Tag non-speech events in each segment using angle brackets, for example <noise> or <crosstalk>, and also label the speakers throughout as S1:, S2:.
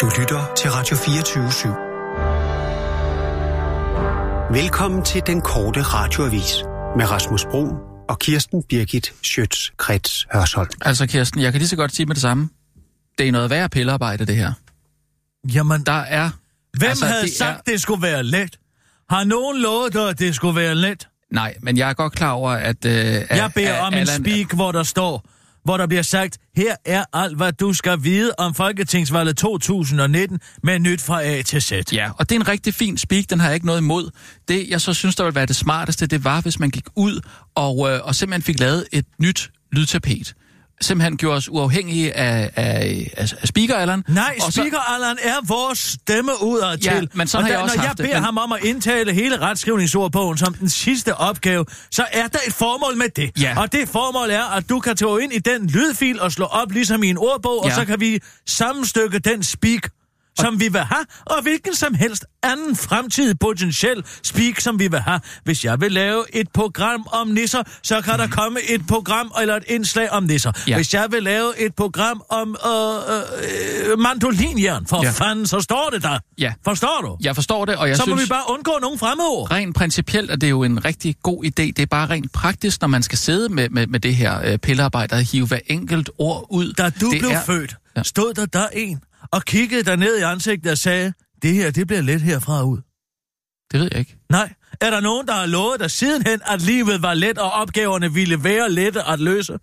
S1: Du lytter til Radio 24 /7. Velkommen til den korte radioavis med Rasmus Bro og Kirsten Birgit Schøtz-Krets Hørsholm.
S2: Altså Kirsten, jeg kan lige så godt sige med det samme. Det er noget værre pillearbejde, det her.
S3: Jamen,
S2: Der er...
S3: hvem
S2: altså,
S3: altså, havde
S2: det
S3: det sagt,
S2: er-
S3: er... det skulle være let? Har nogen lovet dig, at det skulle være let?
S2: Nej, men jeg er godt klar over, at... Øh,
S3: Jeg beder om en speak, hvor der står, hvor der bliver sagt, her er alt, hvad du skal vide om Folketingsvalget 2019 med nyt fra A til Z.
S2: Ja, og det er en rigtig fin speak, den har jeg ikke noget imod. Det, jeg så synes, der ville være det smarteste, det var, hvis man gik ud og, øh, og simpelthen fik lavet et nyt lydtapet. Simpelthen gjorde os uafhængige af, af, af, af speaker
S3: Nej,
S2: og så,
S3: speakeralderen er vores stemme udad til.
S2: Ja, men sådan
S3: og
S2: har jeg
S3: da-
S2: også
S3: Når
S2: haft
S3: jeg
S2: det,
S3: beder
S2: men-
S3: ham om at indtale hele retskrivningsordbogen som den sidste opgave, så er der et formål med det.
S2: Ja.
S3: Og det formål er, at du kan tage ind i den lydfil og slå op ligesom i en ordbog, og
S2: Ja.
S3: så kan vi sammenstykke den speak som vi vil have, og hvilken som helst anden fremtidig potentiel speak, som vi vil have. Hvis jeg vil lave et program om nisser, så kan der komme et program eller et indslag om nisser.
S2: Ja.
S3: Ja. Hvis jeg vil lave et program om øh, øh, øh, mandolinjern, for
S2: Ja.
S3: ja. fanden, så står det der.
S2: Ja.
S3: Forstår du?
S2: jeg forstår det, og jeg
S3: så
S2: synes...
S3: må vi bare undgå nogle fremmedord.
S2: Rent principielt er det jo en rigtig god idé. Det er bare rent praktisk, når man skal sidde med, med, med det her øh, pillearbejde og hive hver enkelt ord ud.
S3: Da du
S2: det
S3: blev
S2: er,
S3: født,
S2: Ja.
S3: stod der der en og kiggede dig ned i ansigtet og sagde, det her, det bliver let herfra og ud.
S2: Det ved jeg ikke.
S3: Nej. Er der nogen, der har lovet dig sidenhen, at livet var let, og opgaverne ville være lette at løse?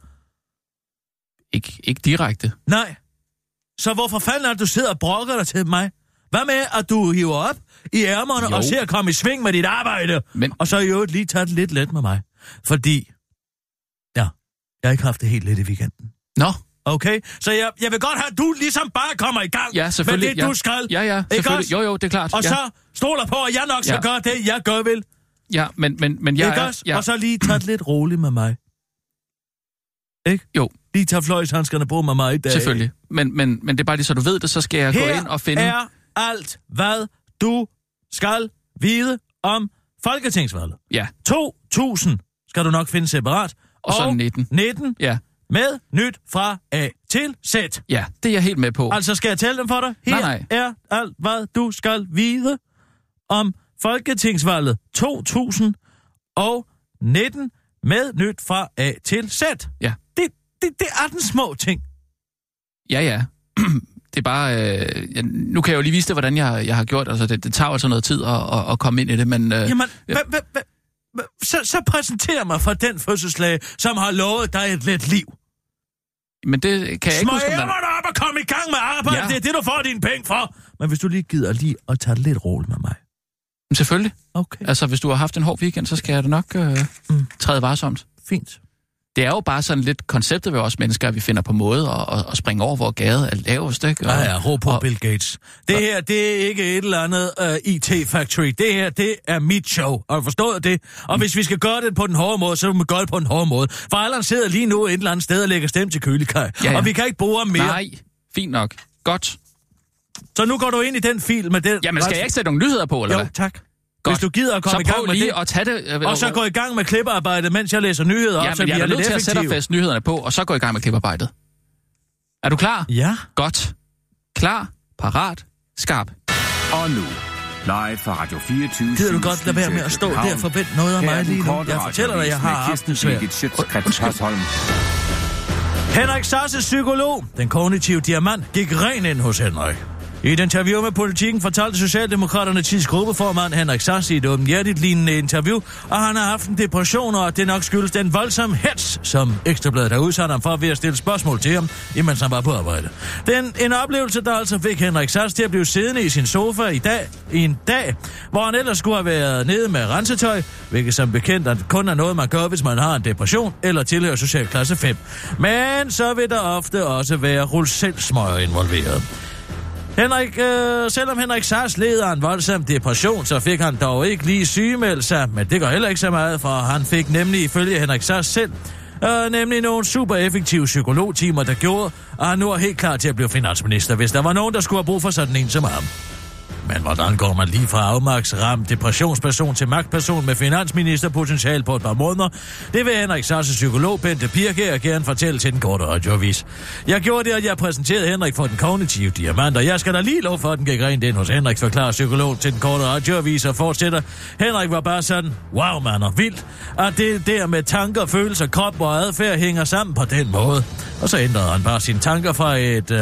S2: Ikke, ikke direkte.
S3: Nej. Så hvorfor fanden er det, du sidder og brokker dig til mig? Hvad med, at du hiver op i ærmerne
S2: Jo.
S3: og ser at komme i sving med dit arbejde?
S2: Men-
S3: Og så i øvrigt lige tage det lidt let med mig. Fordi, ja, jeg har ikke haft det helt let i weekenden.
S2: Nå,
S3: Okay? Så jeg, jeg vil godt have, at du ligesom bare kommer i gang
S2: ja, selvfølgelig.
S3: med det,
S2: ja.
S3: du skal.
S2: Ja, ja,
S3: Ikke
S2: selvfølgelig.
S3: også?
S2: Jo, jo, det er klart.
S3: Og
S2: ja.
S3: så stoler på, at jeg nok skal
S2: Ja.
S3: gøre det, jeg gør vil.
S2: Ja, men, men, men jeg
S3: ikke
S2: er...
S3: også?
S2: Ja,
S3: Og så lige tage det lidt roligt med mig. Ikke?
S2: Jo.
S3: Lige tage fløjshandskerne på med mig i dag.
S2: selvfølgelig. Men, men, men det er bare lige, så du ved det, så skal jeg
S3: Her
S2: gå ind og finde...
S3: er alt, hvad du skal vide om Folketingsvalget.
S2: Ja,
S3: 2.000 skal du nok finde separat.
S2: og så 19.
S3: 19
S2: Ja,
S3: med nyt fra A til Z.
S2: ja, det er jeg helt med på.
S3: Altså, skal jeg tælle dem for dig? Her
S2: Nej, nej.
S3: er alt, hvad du skal vide om Folketingsvalget 2019 med nyt fra A til Z.
S2: Ja.
S3: Det, det, det er den små ting.
S2: Ja, ja. <clears throat> Det er bare... Øh, jeg, nu kan jeg jo lige vise dig, hvordan jeg, jeg har gjort. Altså, det, det tager jo altså noget tid at, at, at komme ind i det, men... Øh,
S3: Jamen, hva, hva, hva, hva, så, så præsenter mig for den fødselslæge, som har lovet dig et let liv.
S2: men det kan jeg ikke
S3: Smøg
S2: huske, om der...
S3: ærmerne op og kom i gang med arbejdet.
S2: Ja.
S3: Ja. Det er det, du får dine penge for. Men hvis du lige gider lige at tage det lidt roligt med mig.
S2: Men Selvfølgelig.
S3: Okay,
S2: Altså, hvis du har haft en hård weekend, så skal jeg da nok øh,
S3: Mm.
S2: træde varsomt.
S3: fint.
S2: Det er jo bare sådan lidt konceptet ved os mennesker, at vi finder på måder at, at, at springe over, hvor gade er lavest, ikke? Og,
S3: Ja, ja, ro på
S2: og-
S3: og... Bill Gates. Det her, det er ikke et eller andet uh, IT-factory. Det her, det er mit show. Har du forstået det? Og hvis vi skal gøre det på den hårde måde, så må vi gøre det på den hårde måde. For Allan sidder lige nu et eller andet sted og lægger stemme til kølekaj.
S2: Ja,
S3: Ja,
S2: ja.
S3: ja. Og vi kan ikke bruge ham mere. Nej.
S2: Nej, fint nok. Godt.
S3: Så nu går du ind i den fil med den...
S2: Jamen, skal jeg ikke sætte nogle nyheder på, eller
S3: Jo,
S2: hvad?
S3: tak.
S2: Godt.
S3: Hvis du gider at komme i
S2: så prøv
S3: gang med
S2: lige
S3: det.
S2: at tage det... Øh,
S3: Og så gå i gang med klippearbejdet, mens jeg læser nyheder op,
S2: Ja,
S3: så
S2: men
S3: vi
S2: jeg er da
S3: er lidt
S2: nødt til at sætte og
S3: effektive.
S2: fast nyhederne på, og så gå i gang med kliparbejdet. Er du klar?
S3: Ja.
S2: Godt. Klar, parat, skarp.
S4: Og nu, live fra Radio 24
S3: Gider du godt lade være med at stå der og forvente noget af mig lige nu? Jeg fortæller dig, jeg har haft det svært. <laughs>
S4: Hørsholm.
S3: Henrik Sasse, psykolog, den kognitive diamant, gik ren ind hos Henrik. I et interview med politikken fortalte Socialdemokraterne tids gruppeformand Henrik Sasse i et åbenhjertigt lignende interview, at han har haft en depression, og at det nok skyldes den voldsomme hets, som Ekstrabladet har udsat ham for ved at stille spørgsmål til ham, imens han var på arbejde. Den en oplevelse, der altså fik Henrik Sasse til at blive siddende i sin sofa i dag, i en dag, hvor han ellers skulle have været nede med rensetøj, hvilket som bekendt er- kun er noget, man gør, hvis man har en depression eller tilhører social klasse 5. Men så vil der ofte også være rulselsmøger involveret. Henrik, øh, selvom Henrik Sars led af en voldsom depression, så fik han dog ikke lige sygemeldt sig, men det går heller ikke så meget, for han fik nemlig ifølge Henrik Sars selv, øh, nemlig nogle super effektive psykologtimer, der gjorde, at han nu er helt klar til at blive finansminister, hvis der var nogen, der skulle have brug for sådan en som ham. men hvordan går man lige fra afmagtsramt depressionsperson til magtperson med finansministerpotentiale på et par måneder? Det vil Henrik Sasse psykolog Bente Pirkær gerne fortælle til den korte radioavis. Jeg gjorde det, at jeg præsenterede Henrik for den kognitive diamant, og jeg skal da lige lov for, at den gik rent ind hos Henrik, forklarer psykolog til den korte radioavis og fortsætter. Henrik var bare sådan, wow mand, og vildt, at det der med tanker, følelser, krop og adfærd hænger sammen på den måde. Og så ændrede han bare sine tanker fra, et, øh,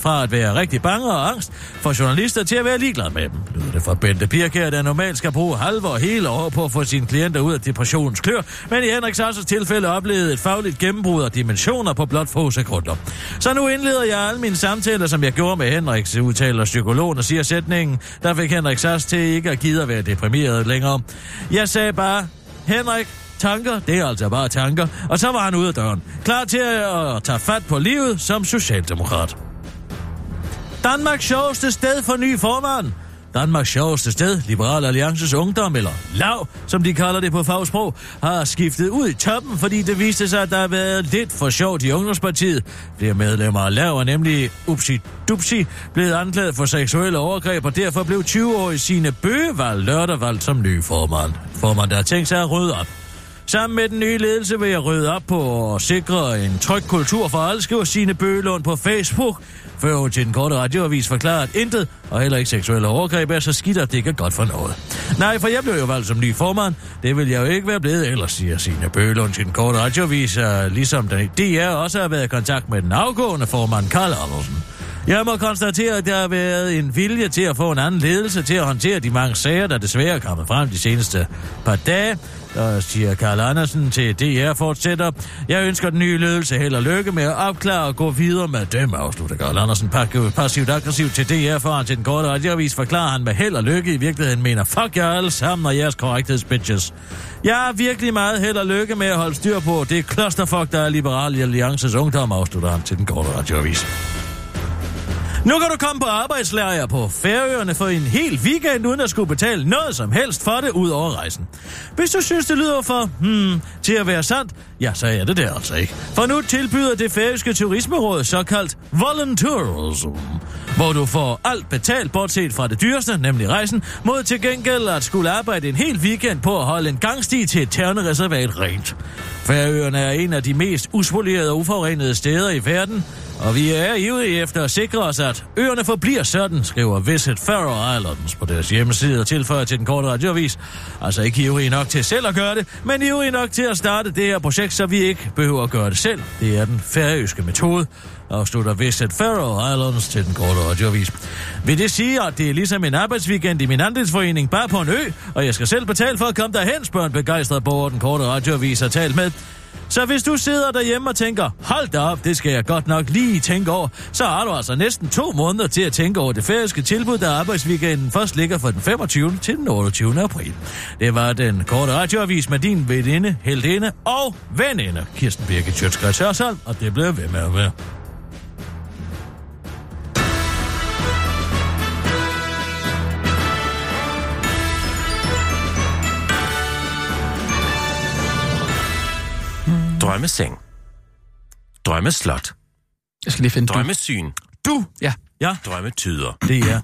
S3: fra at være rigtig bange og angst for journalister til at være ligeglad med dem. Lyder det fra Bente Pirkær, der normalt skal bruge halve og hele år på at få sine klienter ud af depressionens klør, men i Henrik Sassers tilfælde oplevede et fagligt gennembrud og dimensioner på blot få sekunder. Så nu indleder jeg alle mine samtaler, som jeg gjorde med Henriks, udtaler psykologen og siger sætningen, der fik Henrik Sass til ikke at gide at være deprimeret længere. Jeg sagde bare, Henrik, Tanker, det er altså bare tanker. Og så var han ude af døren. Klar til at tage fat på livet som socialdemokrat. Danmarks sjoveste sted for ny formand. Danmarks sjoveste sted, Liberal Alliances Ungdom, eller LAV, som de kalder det på fagsprog, har skiftet ud i toppen, fordi det viste sig, at der har været lidt for sjovt i Ungdomspartiet. Flere medlemmer af LAV er nemlig upsi dupsi blevet anklaget for seksuelle overgreb, og derfor blev 20-årige sine Bøgevald lørdag valgt som ny formand. Formand, der har tænkt sig at rydde op. Sammen med den nye ledelse vil jeg rydde op på og sikre en tryg kultur for alle, skriver Signe Bølund på Facebook. Før hun til den korte radioavis forklarer, at intet og heller ikke seksuelle overgreb er så skidt, at det ikke er godt for noget. Nej, for jeg blev jo valgt som ny formand. Det vil jeg jo ikke være blevet ellers, siger Signe Bølund til den korte radioavis, og ligesom den DR også har været i kontakt med den afgående formand, Karl Andersen. Jeg må konstatere, at der har været en vilje til at få en anden ledelse til at håndtere de mange sager, der desværre er kommet frem de seneste par dage. Der siger Karl Andersen til DR fortsætter. Jeg ønsker den nye ledelse held og lykke med at opklare og gå videre med dem, afslutter Karl Andersen pak- passivt aggressivt til DR for til den korte radioavis forklarer han med held og lykke i virkeligheden mener, fuck jer alle sammen og jeres korrekthedsbitches. Jeg har virkelig meget held og lykke med at holde styr på det klosterfuck, der er Liberal Alliances Ungdom, afslutter han til den korte radioavis. Nu kan du komme på arbejdslejr på Færøerne for en hel weekend, uden at skulle betale noget som helst for det, ud over rejsen. Hvis du synes, det lyder for, hmm, til at være sandt, ja, så er det det altså ikke. For nu tilbyder det færøske turismeråd såkaldt volunteerism, hvor du får alt betalt, bortset fra det dyreste, nemlig rejsen, mod til gengæld at skulle arbejde en hel weekend på at holde en gangsti til et ternereservat rent. Færøerne er en af de mest uspolerede og uforurenede steder i verden, og vi er ivrige efter at sikre os, at øerne forbliver sådan, skriver Visit Faroe Islands på deres hjemmeside og tilføjer til den korte radioavis. Altså ikke ivrige nok til selv at gøre det, men ivrige nok til at starte det her projekt, så vi ikke behøver at gøre det selv. Det er den færøske metode, afslutter Visit Faroe Islands til den korte radioavis. Vil det sige, at det er ligesom en arbejdsweekend i min andelsforening, bare på en ø, og jeg skal selv betale for at komme derhen, spørger en begejstret borger, den korte radioavis har talt med. Så hvis du sidder derhjemme og tænker, hold da op, det skal jeg godt nok lige tænke over, så har du altså næsten to måneder til at tænke over det færøske tilbud, der arbejdsweekenden først ligger fra den 25. til den 28. april. Det var den korte radioavis med din veninde, heldinde og veninde, Kirsten Birke Tjøtskrets Hørsholm, og det blev ved med at være.
S5: Drømmeseng. Drømmeslot.
S2: Jeg skal lige finde du.
S5: Drømmesyn.
S2: Du! Ja,
S3: Ja,
S5: Drømmetyder.
S3: det er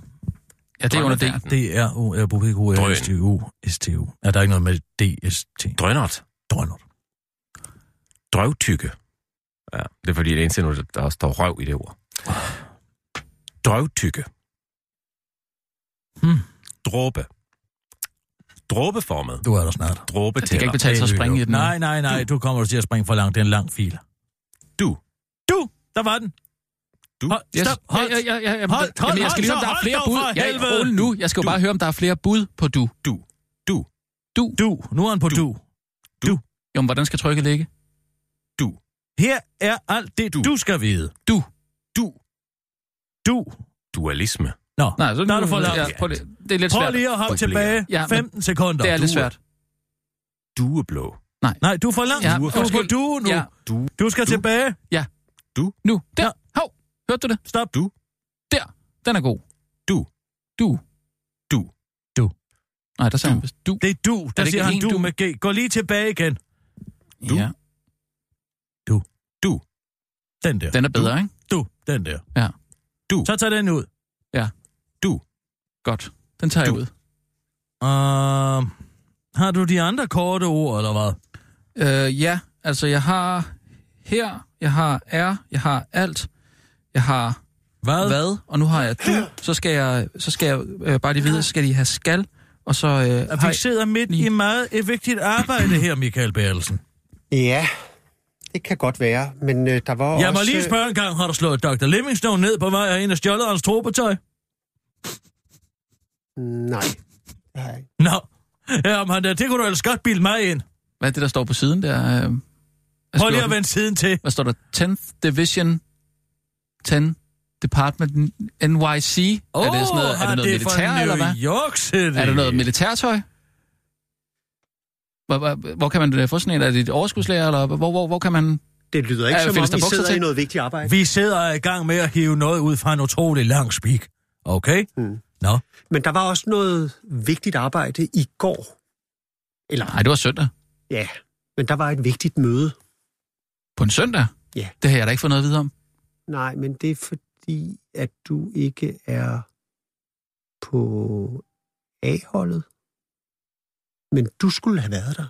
S2: ja det er under det.
S3: d r o r b u r s t u s t u Er der ikke noget med DST?
S5: Drønnert.
S3: Drønner.
S5: Drøvtykke.
S6: Ja, det er fordi, det er eneste, nu, der står røv i det ord.
S5: Drøvtykke.
S3: Hmm.
S5: Dråbe. Dråbeformet.
S3: Du er der snart.
S2: Det kan ikke
S5: Dråbetæller.
S2: betale sig at springe i den.
S3: Nej, nej, nej, du kommer til at springe for langt. Det er en lang fil.
S5: Du.
S3: Du! Der var den.
S5: Du.
S3: Hold,
S2: Yes.
S3: stop, hold.
S2: Ja, ja, ja, ja,
S3: Hold,
S2: hold,
S3: hold,
S2: jeg skal
S3: hold
S2: lige høre, om
S3: så,
S2: der er
S3: hold
S2: flere
S3: dog
S2: bud.
S3: for
S2: Jeg er ikke
S3: helvede.
S2: rolig nu. Jeg skal jo
S5: Du.
S2: bare høre, om der er flere bud på du.
S5: Du. Du.
S3: Du. Nu er han på du. du.
S2: Jo, men hvordan skal trykket ligge?
S5: Du.
S3: Her er alt det, du, du skal vide.
S2: Du.
S5: Du.
S3: Du.
S5: Dualisme.
S3: Nå,
S2: Nej, så
S3: der er du for langt.
S2: ja, prøv, lige- det er lidt
S3: Prøv
S2: svært.
S3: lige at hoppe
S5: Forklare.
S3: tilbage.
S2: Ja, men
S3: 15 sekunder.
S2: Det er lidt
S3: Du-
S2: svært.
S5: Dueblå.
S3: Nej, du er for langt.
S2: Ja,
S3: du er på
S2: undskyld.
S3: du nu.
S2: Ja.
S5: Du.
S3: Du skal tilbage.
S2: Nu. Der.
S3: Ja.
S2: Hov. Hørte du det?
S3: Stop.
S5: Du.
S2: Der. Den er god.
S5: Du.
S2: Du.
S5: Du.
S3: Du.
S2: Nej, der sagde han vist du.
S3: Det er du. Der
S2: det
S3: siger
S2: ikke
S3: han
S2: en
S3: du
S2: du?
S3: med G. Gå lige tilbage igen.
S5: Du.
S2: Ja,
S3: Den der.
S2: den er bedre, ikke?
S3: Du. Den der.
S2: Ja.
S5: Du.
S3: Så tag den ud.
S2: Ja.
S5: Du.
S2: Godt. Den tager
S6: Du.
S2: jeg ud.
S3: Uh, har du de andre korte ord, eller hvad?
S2: Øh, ja, altså jeg har her, jeg har er, jeg har alt, jeg har
S3: Hvad?
S2: hvad, og nu har jeg du. Så skal jeg, så skal jeg øh, bare lige videre, så skal de have skal, og så... Øh,
S3: At
S2: har
S3: vi sidder midt i
S2: Mm.
S3: meget et vigtigt arbejde her, Michael Bærelsen.
S1: Ja, det kan godt være, men øh, der var
S3: Jeg må
S1: også...
S3: lige
S1: øh,
S3: spørge en gang, har du slået Dr. Livingstone ned på vej af en af stjålet hans trobetøj?
S1: Nej. Nej.
S3: Nå, ja, om han der, det kunne du ellers godt bilde mig ind.
S2: jeg- Hvad er det, der står på siden der? Øh, af
S3: Prøv lige
S2: skjorten?
S3: at vende siden til.
S2: Hvad står der? 10th Division 10 Department NYC? er det sådan noget, er
S3: har
S2: det noget
S3: fra
S2: militær,
S3: New
S2: eller hvad?
S3: York City.
S2: Er det noget militærtøj? Hvor, hvor, hvor kan man øh, få sådan en? Er det et overskudslager, eller hvor, hvor, hvor kan man...
S1: Det lyder ikke
S2: Ja,
S1: ja, som
S2: findes der
S1: om, I
S2: bukser
S1: sidder
S2: til?
S1: i noget vigtigt arbejde.
S3: Vi sidder i gang med at hive noget ud fra en utrolig lang spik. Okay?
S1: Mm.
S3: Nå.
S1: Men der var også noget vigtigt arbejde i går. Eller,
S2: Nej, det var søndag.
S1: ja, men der var et vigtigt møde.
S2: På en søndag?
S1: Ja.
S2: Det har jeg da ikke fået noget at vide om.
S1: Nej, men det er fordi, at du ikke er på A-holdet. Men du skulle have været der.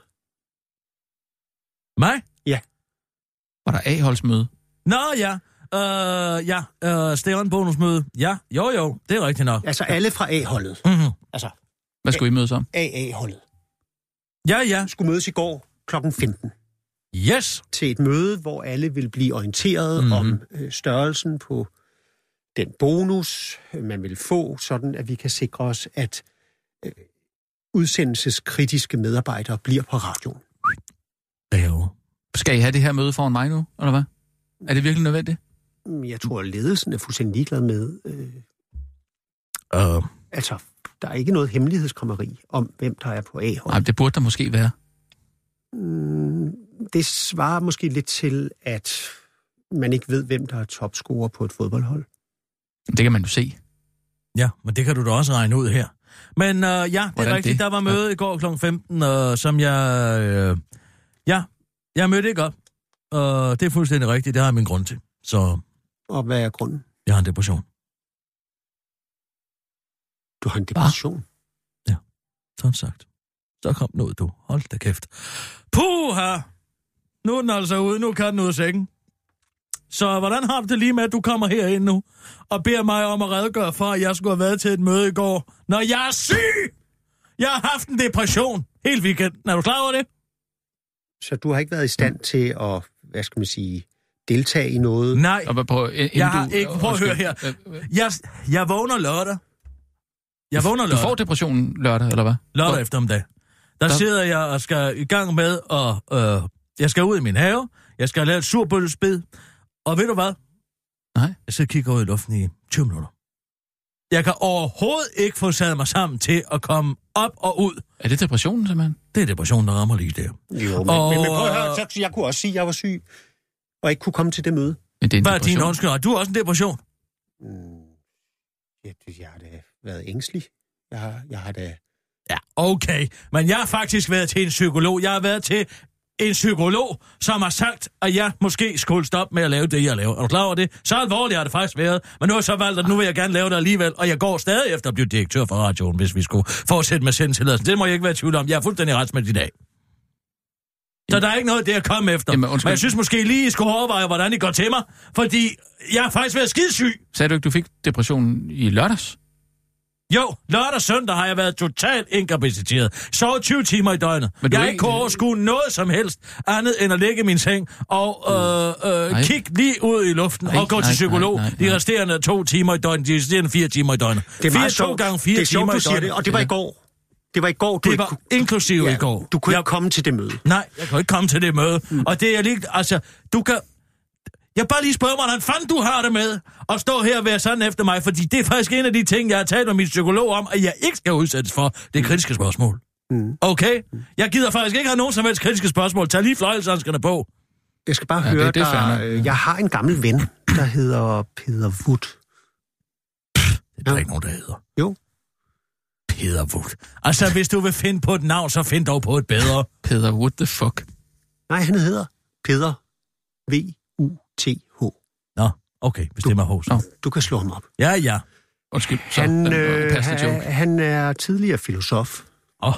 S3: Mig?
S2: Var der A-holdsmøde?
S3: Nå, ja. Øh, ja. Øh, Stæren bonusmøde. Ja, jo, jo. Det er rigtigt nok.
S1: Altså alle fra A-holdet.
S3: Mm-hmm.
S1: Altså
S2: Hvad skulle I mødes om?
S1: AA-holdet.
S3: Ja, ja.
S1: Skulle mødes i går kl. 15
S3: Yes.
S1: til et møde, hvor alle vil blive orienteret
S3: Mhm.
S1: mm-hmm. om øh, størrelsen på den bonus, øh, man vil få, sådan at vi kan sikre os, at øh, udsendelseskritiske medarbejdere bliver på radioen.
S3: Derovre.
S2: Skal I have det her møde foran mig nu, eller hvad? Er det virkelig nødvendigt?
S1: Mm, Jeg tror, at ledelsen er fuldstændig ligeglad med. Øh,
S3: Øh,
S1: altså, der er ikke noget hemmelighedskrammeri om, hvem der er på a
S2: Nej, det burde der måske være.
S1: Mm, Det svarer måske lidt til, at man ikke ved, hvem der er topscorer på et fodboldhold.
S2: Det kan man jo se.
S3: ja, men det kan du da også regne ud her. Men øh, ja, det er
S2: Hvordan
S3: rigtigt.
S2: det?
S3: Der var møde i går kl. 15, øh, som jeg... Øh, ja, jeg mødte ikke op. Øh, det er fuldstændig rigtigt. Det har jeg min grund til. Så
S1: Og hvad er grunden?
S3: jeg har en depression.
S1: Du har en depression.
S3: Sådan sagt. Så kom den ud, du. Hold da kæft. Puha! Nu er den altså ude. Nu kan den ud af sækken. Så hvordan har du det lige med, at du kommer herind nu og beder mig om at redegøre for, at jeg skulle have været til et møde i går, når jeg er syg? Jeg har haft en depression hele weekenden. Er du klar over det?
S1: Så du har ikke været i stand til at, hvad skal man sige, deltage i noget?
S3: Nej,
S2: Og hvad øh, på, ind,
S3: jeg har ikke... Prøv at høre her.
S2: Øh,
S3: Jeg, jeg vågner lørdag. Jeg vågner
S2: Du
S3: lørdag.
S2: øh, får depressionen lørdag, eller hvad?
S3: lørdag
S2: Hvor-
S3: eftermiddag. Der
S2: Der-
S3: sidder jeg og skal i gang med, og øh, jeg skal ud i min have, jeg skal lave et surbøllespid, og ved du hvad?
S2: Nej.
S3: Jeg sidder og kigger ud i luften i 20 minutter. Jeg kan overhovedet ikke få sat mig sammen til at komme op og ud.
S2: Er det depressionen, simpelthen?
S3: Det er depressionen, der rammer lige der.
S1: Jo, men,
S3: Og-
S1: men, men prøv at høre, så, jeg kunne også sige, at jeg var syg, og ikke kunne komme til det møde.
S2: Men det er en
S3: Hvad er din
S2: depression.
S3: undskyld? Har Du er også en depression.
S1: Mm, ja, det- jeg har da været ængstelig. Jeg har, jeg har da...
S3: Ja, okay. Men jeg har faktisk været til en psykolog. Jeg har været til en psykolog, som har sagt, at jeg måske skulle stoppe med at lave det, jeg laver. Er du klar over det? Så alvorligt har det faktisk været. Men nu har jeg så valgt, at nu vil jeg gerne lave det alligevel, og jeg går stadig efter at blive direktør for radioen, hvis vi skulle fortsætte med sendtilladelsen. Det må jeg ikke være i tvivl om. Jeg er fuldstændig ret med i dag. Så der er ikke noget der at komme efter.
S2: Jamen,
S3: Jamen,
S2: undskyld.
S3: Men jeg synes måske lige, I skulle overveje, hvordan I går til mig, fordi jeg har faktisk været skidesyg.
S2: Sagde du ikke, du fik depressionen i lørdags?
S3: Jo, lørdag og søndag har jeg været totalt inkapaciteret. Sovet 20 timer i døgnet.
S2: Men
S3: Men
S2: du
S3: jeg
S2: er
S3: har
S2: ikke-
S3: ikke kunne overskue noget som helst andet end at ligge i min seng og øh,
S2: Mm. Nej.
S3: øh, kigge lige ud i luften
S2: Nej,
S3: og gå
S2: nej,
S3: til psykolog
S2: nej, nej, nej.
S3: de resterende to timer i døgnet. De resterende fire timer i døgnet. fire, to gange fire
S1: det er sjovt,
S3: timer
S1: du
S3: i
S1: siger det,
S3: døgnet.
S1: og det var i går. Det var i går, du
S3: Det
S1: ikke
S3: var
S1: kunne...
S3: inklusive i går.
S1: Du kunne
S3: Jeg-
S1: ikke komme til det møde.
S3: Nej, jeg kan jo ikke komme til det møde. Mm. Og det er jeg lige... Altså, du kan... Jeg bare lige spørger mig, hvordan fanden du har det med at stå her og være sådan efter mig, fordi det er faktisk en af de ting, jeg har talt med min psykolog om, at jeg ikke skal udsættes for. Det er kritiske spørgsmål. Mm. Okay? Jeg gider faktisk ikke have nogen som helst kritiske spørgsmål. Tag lige fløjelshandskerne på.
S1: Jeg skal bare
S2: Ja, det-
S1: høre
S2: det er fair
S1: dig.
S2: nok.
S1: øh, Jeg har en gammel ven, der hedder Peter Wood.
S3: Det er der
S1: Ja.
S3: ikke nogen, der hedder.
S1: Jo.
S3: Peder Wut. Altså, hvis du vil finde på et navn, så find dog på et bedre.
S2: Peter, what the fuck?
S1: Nej, han hedder Peter V-U-T-H.
S3: Nå, okay, hvis det er med hos.
S2: Nå.
S1: Du kan slå ham op.
S3: Ja, ja.
S2: Undskyld, så
S1: Han,
S2: den øh,
S1: øh,
S2: passende
S1: han,
S2: joke.
S1: han er tidligere filosof,
S3: Åh,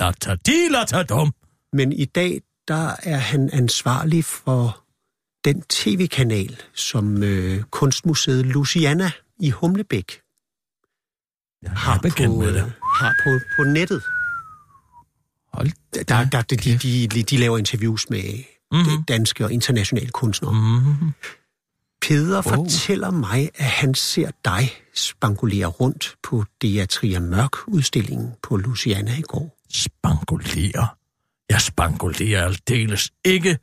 S3: latter de, latter dum.
S1: men i dag der er han ansvarlig for den tv-kanal, som øh, Kunstmuseet Luciana i Humlebæk
S3: Jeg
S1: har,
S3: er bekendt
S1: på,
S3: med
S1: øh,
S3: det.
S1: har på, på nettet.
S2: Hold
S1: Der, der, der, de, de, de, de laver interviews med mm-hmm. danske og internationale kunstnere.
S3: Mm,
S1: Peder oh. fortæller mig, at han ser dig spangulere rundt på Deatria Mørk-udstillingen på Luciana i går.
S3: spangulerer. Jeg spangulerer aldeles ikke,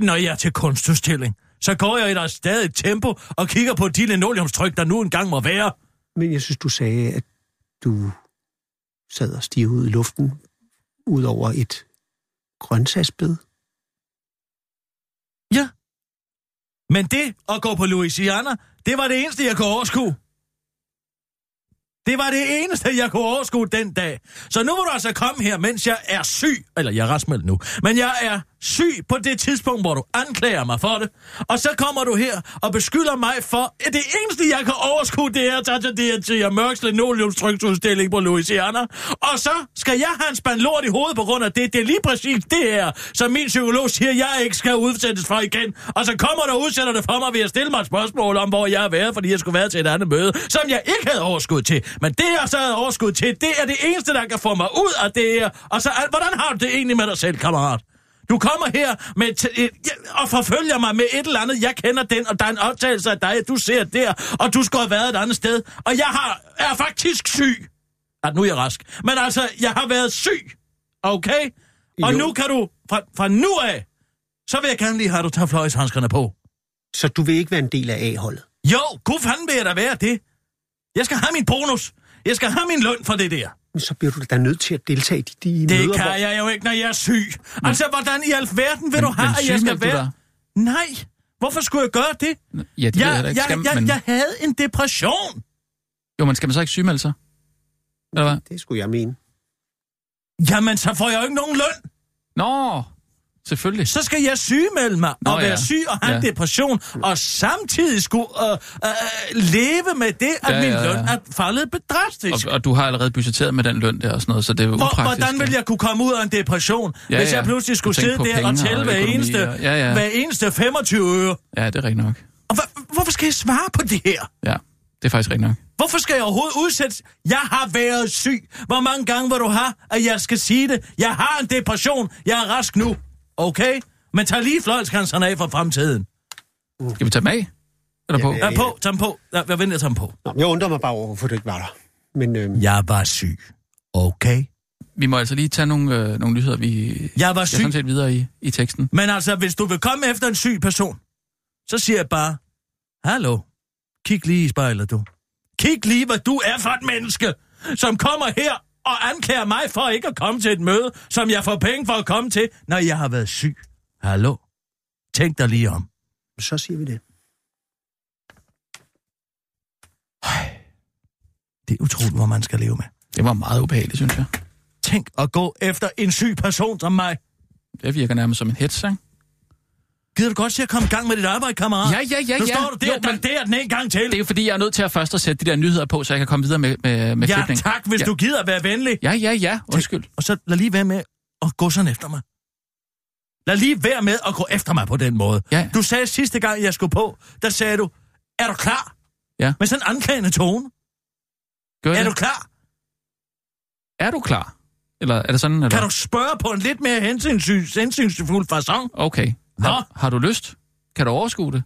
S3: når jeg er til kunstudstilling. Så går jeg i deres stadig tempo og kigger på de linoleumstryk, der nu engang må være.
S1: Men jeg synes, du sagde, at du sad og stirrede ud i luften ud over et grøntsagsbed.
S3: Men det at gå på Louisiana, det var det eneste, jeg kunne overskue. Det var det eneste, jeg kunne overskue den dag. Så nu må du altså komme her, mens jeg er syg. Eller jeg er raskmeldt nu. Men jeg er syg på det tidspunkt, hvor du anklager mig for det. Og så kommer du her og beskylder mig for, at det eneste, jeg kan overskue, det er at tage til det til Mørks linoleumstryksudstilling på Louisiana. Og så skal jeg have en spand lort i hovedet på grund af det. Det er lige præcis det her, som min psykolog siger, jeg ikke skal udsættes for igen. Og så kommer du og udsætter det for mig ved at stille mig et spørgsmål om, hvor jeg har været, fordi jeg skulle være til et andet møde, som jeg ikke havde overskud til. Men det, jeg så havde overskud til, det er det eneste, der kan få mig ud af det her. Og så, al- hvordan har du det egentlig med dig selv, kammerat? Du kommer her med t- et, ja, og forfølger mig med et eller andet. Jeg kender den, og der er en optagelse af dig, du ser der, og du skulle have været et andet sted. Og jeg har, er faktisk syg. At nu er jeg rask. Men altså, jeg har været syg. Okay? Og
S1: Jo.
S3: nu kan du, fra, fra nu af, så vil jeg gerne lige have, at du tager fløjshandskerne på.
S1: Så du vil ikke være en del af A-holdet?
S3: Jo, kunne fanden vil jeg da være det? Jeg skal have min bonus. Jeg skal have min løn for det der.
S1: Men så bliver du da nødt til at deltage i de
S3: Det
S1: møder,
S3: kan
S1: hvor-
S3: jeg jo ikke, når jeg er syg. Men, altså, hvordan i alverden
S2: Men-
S3: vil du have,
S2: men
S3: at jeg skal
S2: sygemeldte du
S3: være... Nej, hvorfor skulle jeg gøre det?
S2: Ja, det ved jeg
S3: jeg,
S2: heller ikke.
S3: jeg,
S2: Skal,
S3: jeg,
S2: men,
S3: jeg havde en depression.
S2: Jo, men skal man så ikke sygemelde sig? Eller hvad?
S1: Det skulle jeg mene.
S3: Jamen, så får jeg jo ikke nogen løn.
S2: Nå, selvfølgelig.
S3: Så skal jeg sygemelde mig
S2: Nå,
S3: Nå, og være
S2: ja.
S3: syg og have ja. en
S2: Ja.
S3: depression, og samtidig skulle øh, øh, leve med det, at ja,
S2: Ja,
S3: min
S2: ja, ja.
S3: løn er faldet bedrastisk.
S2: Og, og du har allerede budgetteret med den løn der og sådan noget, så det er jo
S3: Hvor,
S2: upraktisk.
S3: hvordan ville jeg kunne komme ud af en depression, ja,
S2: Ja,
S3: hvis
S2: ja.
S3: jeg pludselig skulle
S2: Du tænker på
S3: sidde der og
S2: penge og
S3: tælle hver
S2: økonomi
S3: eneste,
S2: og- ja, ja.
S3: hver eneste 25 øre?
S2: Ja, det er rigtigt nok.
S3: Og hva, hvorfor skal jeg svare på det her?
S2: Ja, det er faktisk rigtigt nok.
S3: Hvorfor skal jeg overhovedet udsættes? Jeg har været syg. Hvor mange gange vil du have, at jeg skal sige det? Jeg har en depression. Jeg er rask nu. Okay? Men tag lige fløjlskanserne af for fremtiden.
S2: Skal vi tage dem af? Eller på?
S3: Tag dem på, tag dem på. Ja, Hvad venter jeg tager dem på?
S1: Nå, men jeg undrer mig bare over, hvorfor du ikke var der. Men øhm,
S3: Jeg var syg. Okay?
S2: Vi må altså lige tage nogle, øh, nogle nyheder, vi
S3: Jeg var
S2: skal sådan
S3: syg.
S2: set videre i, i teksten.
S3: Men altså, hvis du vil komme efter en syg person, så siger jeg bare, hallo, kig lige i spejlet, du. Kig lige, hvad du er for et menneske, som kommer her og anklager mig for ikke at komme til et møde, som jeg får penge for at komme til, når jeg har været syg. Hallo, tænk dig lige om.
S1: så siger vi det.
S3: Det er utroligt, hvor man skal leve med.
S2: Det var meget ubehageligt, synes jeg.
S3: Tænk at gå efter en syg person som mig.
S2: Det virker nærmest som en hetsang.
S3: Gider du godt til at komme i gang med dit arbejde, kammerat?
S2: Ja, ja, ja,
S3: Ah, Nu
S2: ja.
S3: står du der
S2: Jo,
S3: og
S2: men-
S3: der den en gang til.
S2: Det er jo fordi, jeg er nødt til at først at sætte de der nyheder på, så jeg kan komme videre med, med, med
S3: Ja,
S2: klipning.
S3: tak, hvis
S2: ja.
S3: du gider at være venlig.
S2: Ja, ja, ja. Undskyld.
S3: Og så lad lige være med at gå sådan efter mig. Lad lige være med at gå efter mig på den måde.
S2: Ja.
S3: Du sagde sidste gang, jeg skulle på, der sagde du, er du klar?
S2: Ja.
S3: Med sådan en anklagende tone.
S2: Gør
S3: Er
S2: det.
S3: du klar?
S2: er du klar? Eller er det sådan? Eller?
S3: Kan du spørge på en lidt mere hensyns- hensynsfuld façon?
S2: Okay. Har, har du lyst? Kan du overskue det?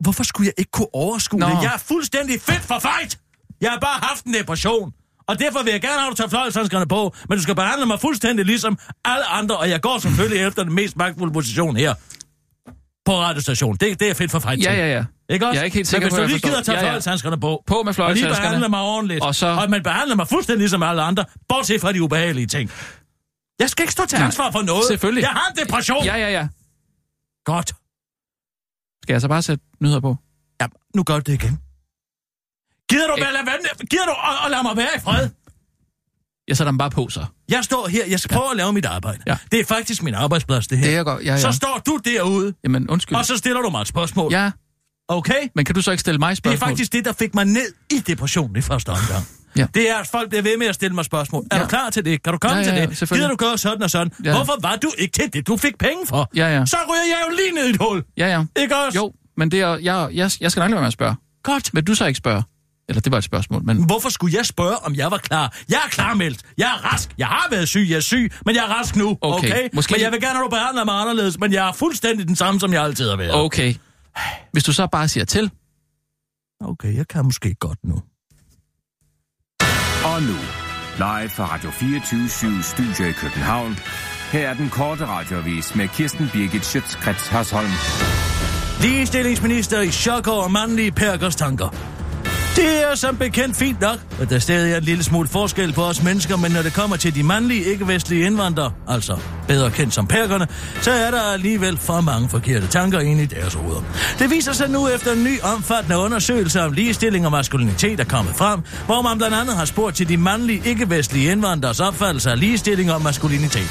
S3: Hvorfor skulle jeg ikke kunne overskue
S2: Nå.
S3: det? Jeg er fuldstændig fedt for fight! Jeg har bare haft en depression. Og derfor vil jeg gerne have, at du tager fløjelshandskerne på, men du skal behandle mig fuldstændig ligesom alle andre, og jeg går selvfølgelig efter den mest magtfulde position her på radiostationen. Det, det er fedt for fight.
S2: Ja,
S3: til.
S2: ja, ja.
S3: Ikke også?
S2: Jeg er ikke helt sikker
S3: Men
S2: på,
S3: hvis du
S2: jeg
S3: lige
S2: forstår.
S3: gider at tage
S2: Ja, ja.
S3: fløjlshandskerne på,
S2: På med
S3: og lige
S2: fløjlshandskerne.
S3: behandle mig ordentligt,
S2: Og så-
S3: og man behandler mig fuldstændig ligesom alle andre, bortset fra de ubehagelige ting. Jeg skal ikke stå til
S2: Nej.
S3: ansvar for noget.
S2: Selvfølgelig.
S3: Jeg har en depression.
S2: Ja, ja, ja.
S3: Godt.
S2: Skal jeg så bare sætte nyheder på?
S3: Ja, nu gør du det igen. Gider du, at lade, være- gider du at, at lade mig være i fred?
S2: Jeg sætter dem bare på, så.
S3: Jeg står her, jeg prøver at lave mit arbejde.
S2: Ja.
S3: Det er faktisk min arbejdsplads, det her.
S2: Det er jeg godt. Ja, ja.
S3: Så står du derude,
S2: Jamen, undskyld.
S3: og så stiller du mig et spørgsmål.
S2: Ja,
S3: Okay?
S2: Men kan du så ikke stille mig
S3: Det er
S2: spørgsmål?
S3: faktisk det, der fik mig ned i depressionen i første omgang.
S2: Ja.
S3: Det er, at folk bliver ved med at stille mig spørgsmål. Er
S2: Ja.
S3: du klar til det? Kan du komme
S2: Ja, ja, ja,
S3: til det?
S2: selvfølgelig.
S3: Gider du gøre sådan og sådan?
S2: Ja.
S3: Hvorfor var du ikke til det, du fik penge for?
S2: Ja, ja.
S3: Så ryger jeg jo lige ned i et hul.
S2: Ja, ja.
S3: Ikke også?
S2: Jo, men det er, jeg, jeg, jeg skal nok lade være med at spørge.
S3: Godt.
S2: Vil du så ikke spørge? Eller det var et spørgsmål, men...
S3: Hvorfor skulle jeg spørge, om jeg var klar? Jeg er klarmeldt. Jeg er rask. Jeg har været syg. Jeg er syg, men jeg er rask nu.
S2: Okay,
S3: Okay. okay?
S2: måske-
S3: Måske... Men jeg vil gerne, at du behandler mig anderledes, men jeg er fuldstændig den samme, som jeg altid har været.
S2: Okay. Hvis du så bare siger til,
S3: okay, jeg kan måske godt nu.
S4: Og nu, live fra Radio 24 Studio i København. Her er den korte radiovis med Kirsten Birgit Schøtzgrads Hasholm.
S3: Ligestillingsminister i chok over mandlige perkers tanker. Det er som bekendt fint nok, at der stadig er en lille smule forskel på os mennesker, men når det kommer til de mandlige ikke-vestlige indvandrere, altså bedre kendt som perkerne, så er der alligevel for mange forkerte tanker inde i deres hoveder. Det viser sig nu efter en ny omfattende undersøgelse om ligestilling og maskulinitet er kommet frem, hvor man blandt andet har spurgt til de mandlige ikke-vestlige indvandreres opfattelse af ligestilling og maskulinitet.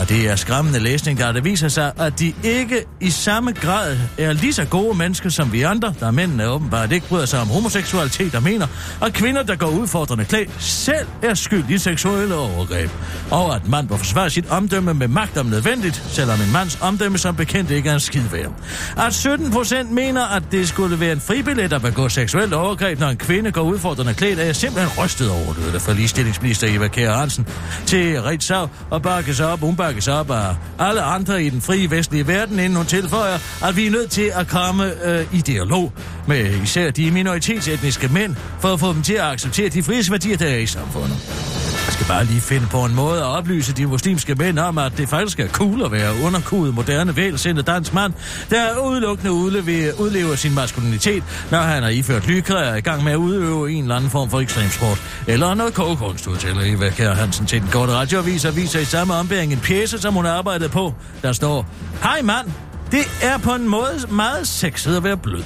S3: Og det er skræmmende læsning, der det viser sig, at de ikke i samme grad er lige så gode mennesker som vi andre, der mændene åbenbart ikke bryder sig om homoseksualitet og mener, og kvinder, der går udfordrende klædt, selv er skyld i seksuelle overgreb. Og at mand må forsvare sit omdømme med magt om nødvendigt, selvom en mands omdømme som bekendt ikke er en skid værd. At 17 procent mener, at det skulle være en fribillet at begå seksuelt overgreb, når en kvinde går udfordrende klædt, er jeg simpelthen rystet over, lød det fra ligestillingsminister Eva Kjær Hansen til Ritzau og bakkes op, hun bakkes op af alle andre i den frie vestlige verden, inden hun tilføjer, at vi er nødt til at komme øh, i dialog med især de minoritetsetniske mænd, for at få dem til at acceptere de frihedsværdier, der er i samfundet. Jeg skal bare lige finde på en måde at oplyse de muslimske mænd om, at det faktisk er cool at være underkudet, moderne, velsindet dansk mand, der udelukkende udlever, udlever sin maskulinitet, når han er iført lykre og er i gang med at udøve en eller anden form for ekstremsport. Eller noget kogekunst, udtaler Eva Kjær Hansen til den korte radioavis og viser i samme ombæring en pjæse, som hun arbejdede på. Der står, Hej mand, det er på en måde meget sexet at være blød.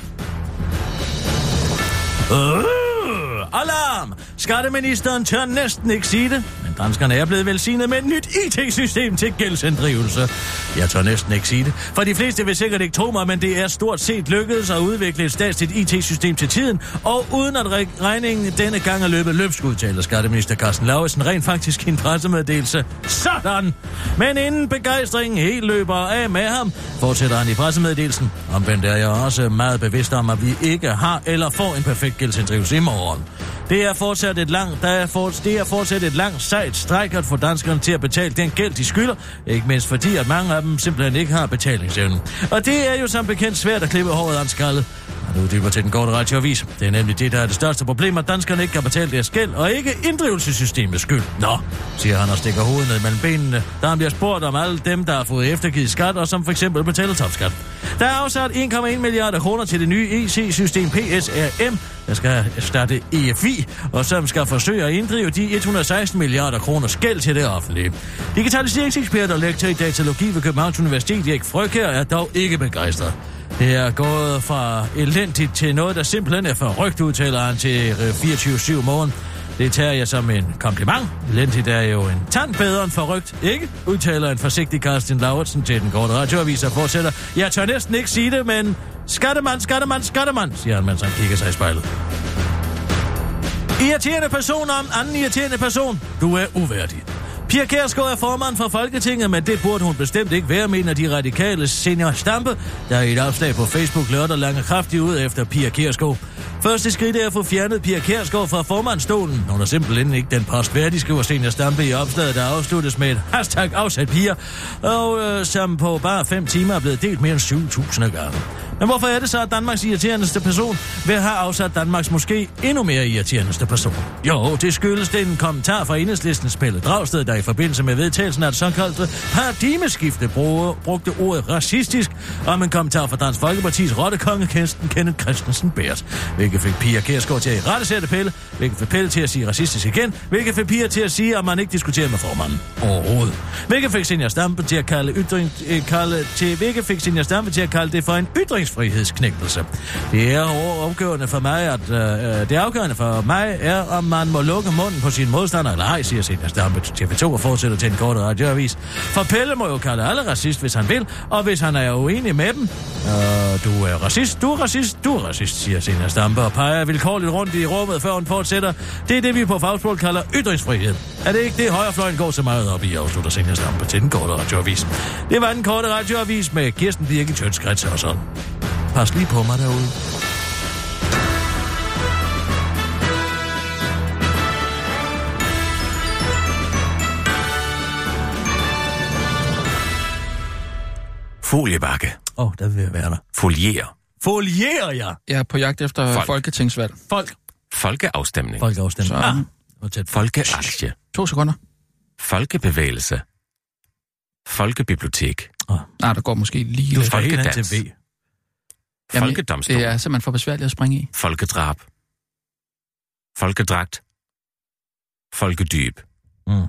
S3: Øh, alarm! Skatteministeren tør næsten ikke sige det, men danskerne er blevet velsignet med et nyt IT-system til gældsinddrivelse. Jeg tør næsten ikke sige det, for de fleste vil sikkert ikke tro mig, men det er stort set lykkedes at udvikle et statsligt IT-system til tiden, og uden at reg- regningen denne gang er løbet løbsk, udtaler skatteminister Carsten Lauesen rent faktisk i en pressemeddelelse. Sådan! Men inden begejstringen helt løber af med ham, fortsætter han i pressemeddelelsen. Omvendt er jeg også meget bevidst om, at vi ikke har eller får en perfekt gældsinddrivelse i morgen. Det er fortsat et langt, der er for, det er fortsat et langt sejt stræk at få danskerne til at betale den gæld, de skylder. Ikke mindst fordi, at mange af dem simpelthen ikke har betalingsevne. Og det er jo som bekendt svært at klippe håret af en skaldet. Og nu dyber til den korte radioavis. Det er nemlig det, der er det største problem, at danskerne ikke kan betale deres gæld, og ikke inddrivelsessystemets skyld. Nå, siger han og stikker hovedet ned mellem benene, da han bliver spurgt om alle dem, der har fået eftergivet skat, og som for eksempel betaler topskat. Der er afsat 1,1 milliarder kroner til det nye E EC-system PSRM, der skal starte EFI, og som skal forsøge at inddrive de 116 milliarder kroners gæld til det offentlige. Digitaliseringsekspert og lektor i datalogi ved Københavns Universitet, Erik Frøkær, er dog ikke begejstret. Det er gået fra elendigt til noget, der simpelthen er forrygt, udtaler han til øh, 24-7 morgen. Det tager jeg som en kompliment. Elendigt er jo en tand bedre end forrygt, ikke? Udtaler en forsigtig Carsten Lauritsen til den korte radioavis og fortsætter. Jeg tør næsten ikke sige det, men skattemand, skattemand, skattemand, siger han, mens han kigger sig i spejlet. Irriterende person om anden irriterende person. Du er uværdig. Pia Kærsgaard er formand for Folketinget, men det burde hun bestemt ikke være, mener de radikale senior Stampe, der i et opslag på Facebook lørdag langer kraftigt ud efter Pia Kærsgaard. Første skridt er at få fjernet Pia Kærsgaard fra formandstolen. Hun er simpelthen ikke den post værdig, skriver senior Stampe i opslaget, der afsluttes med et hashtag afsat Pia, og øh, som på bare fem timer er blevet delt mere end 7.000 gange. Men hvorfor er det så, at Danmarks irriterendeste person vil have afsat Danmarks måske endnu mere irriterendeste person? Jo, det skyldes den kommentar fra enhedslistens Pelle Dragsted, der i forbindelse med vedtagelsen af det såkaldte paradigmeskifte bruger, brugte ordet racistisk om en kommentar fra Dansk Folkeparti's rottekonge Kirsten Kenneth Christensen Bært, hvilket fik Pia Kærsgaard til at irettesætte Pelle, hvilket fik Pelle til at sige racistisk igen, hvilket fik Pia til at sige, at man ikke diskuterer med formanden overhovedet, hvilket fik Senior Stampe til at kalde, ytring, øh, kalde til, hvilket fik Senior Stampe til at kalde det for en ytringsfrihedsknægtelse. Det er over- afgørende for mig, at øh, øh, det afgørende for mig er, om man må lukke munden på sin modstander eller ej, siger Senior Stampe til TV2 og fortsætter til en kort radioavis. For Pelle må jo kalde alle racist, hvis han vil, og hvis han er uenig med dem, øh, og du er racist, du er racist, du er racist, siger Zenia Stampe og peger vilkårligt rundt i rummet, før hun fortsætter. Det er det, vi på fagsprog kalder ytringsfrihed. Er det ikke det, højrefløjen går så meget op i, afslutter Zenia Stampe til den korte radioavis. Det var den korte radioavis med Kirsten Birke Tjønskrets og sådan. Pas lige på mig derude.
S5: Foliebakke.
S3: Åh, oh, der vil jeg være der.
S5: Foliere.
S3: Folierer jeg!
S2: Jeg er på jagt efter Folk.
S5: Folk.
S2: folketingsvalg.
S3: Folk.
S5: Folkeafstemning.
S3: Folkeafstemning.
S2: Så-
S3: Ah, hvor tæt.
S5: Folkeaktie.
S2: To sekunder.
S5: Folkebevægelse. Folkebibliotek.
S2: Nej, der går måske lige
S3: Du
S2: lidt.
S3: skal helt
S5: folkedans.
S3: til V.
S2: Jamen,
S5: Folkedomstol.
S2: Det er simpelthen for besværligt at springe i.
S5: Folkedrab. Folkedragt. Folkedyb.
S3: Mm.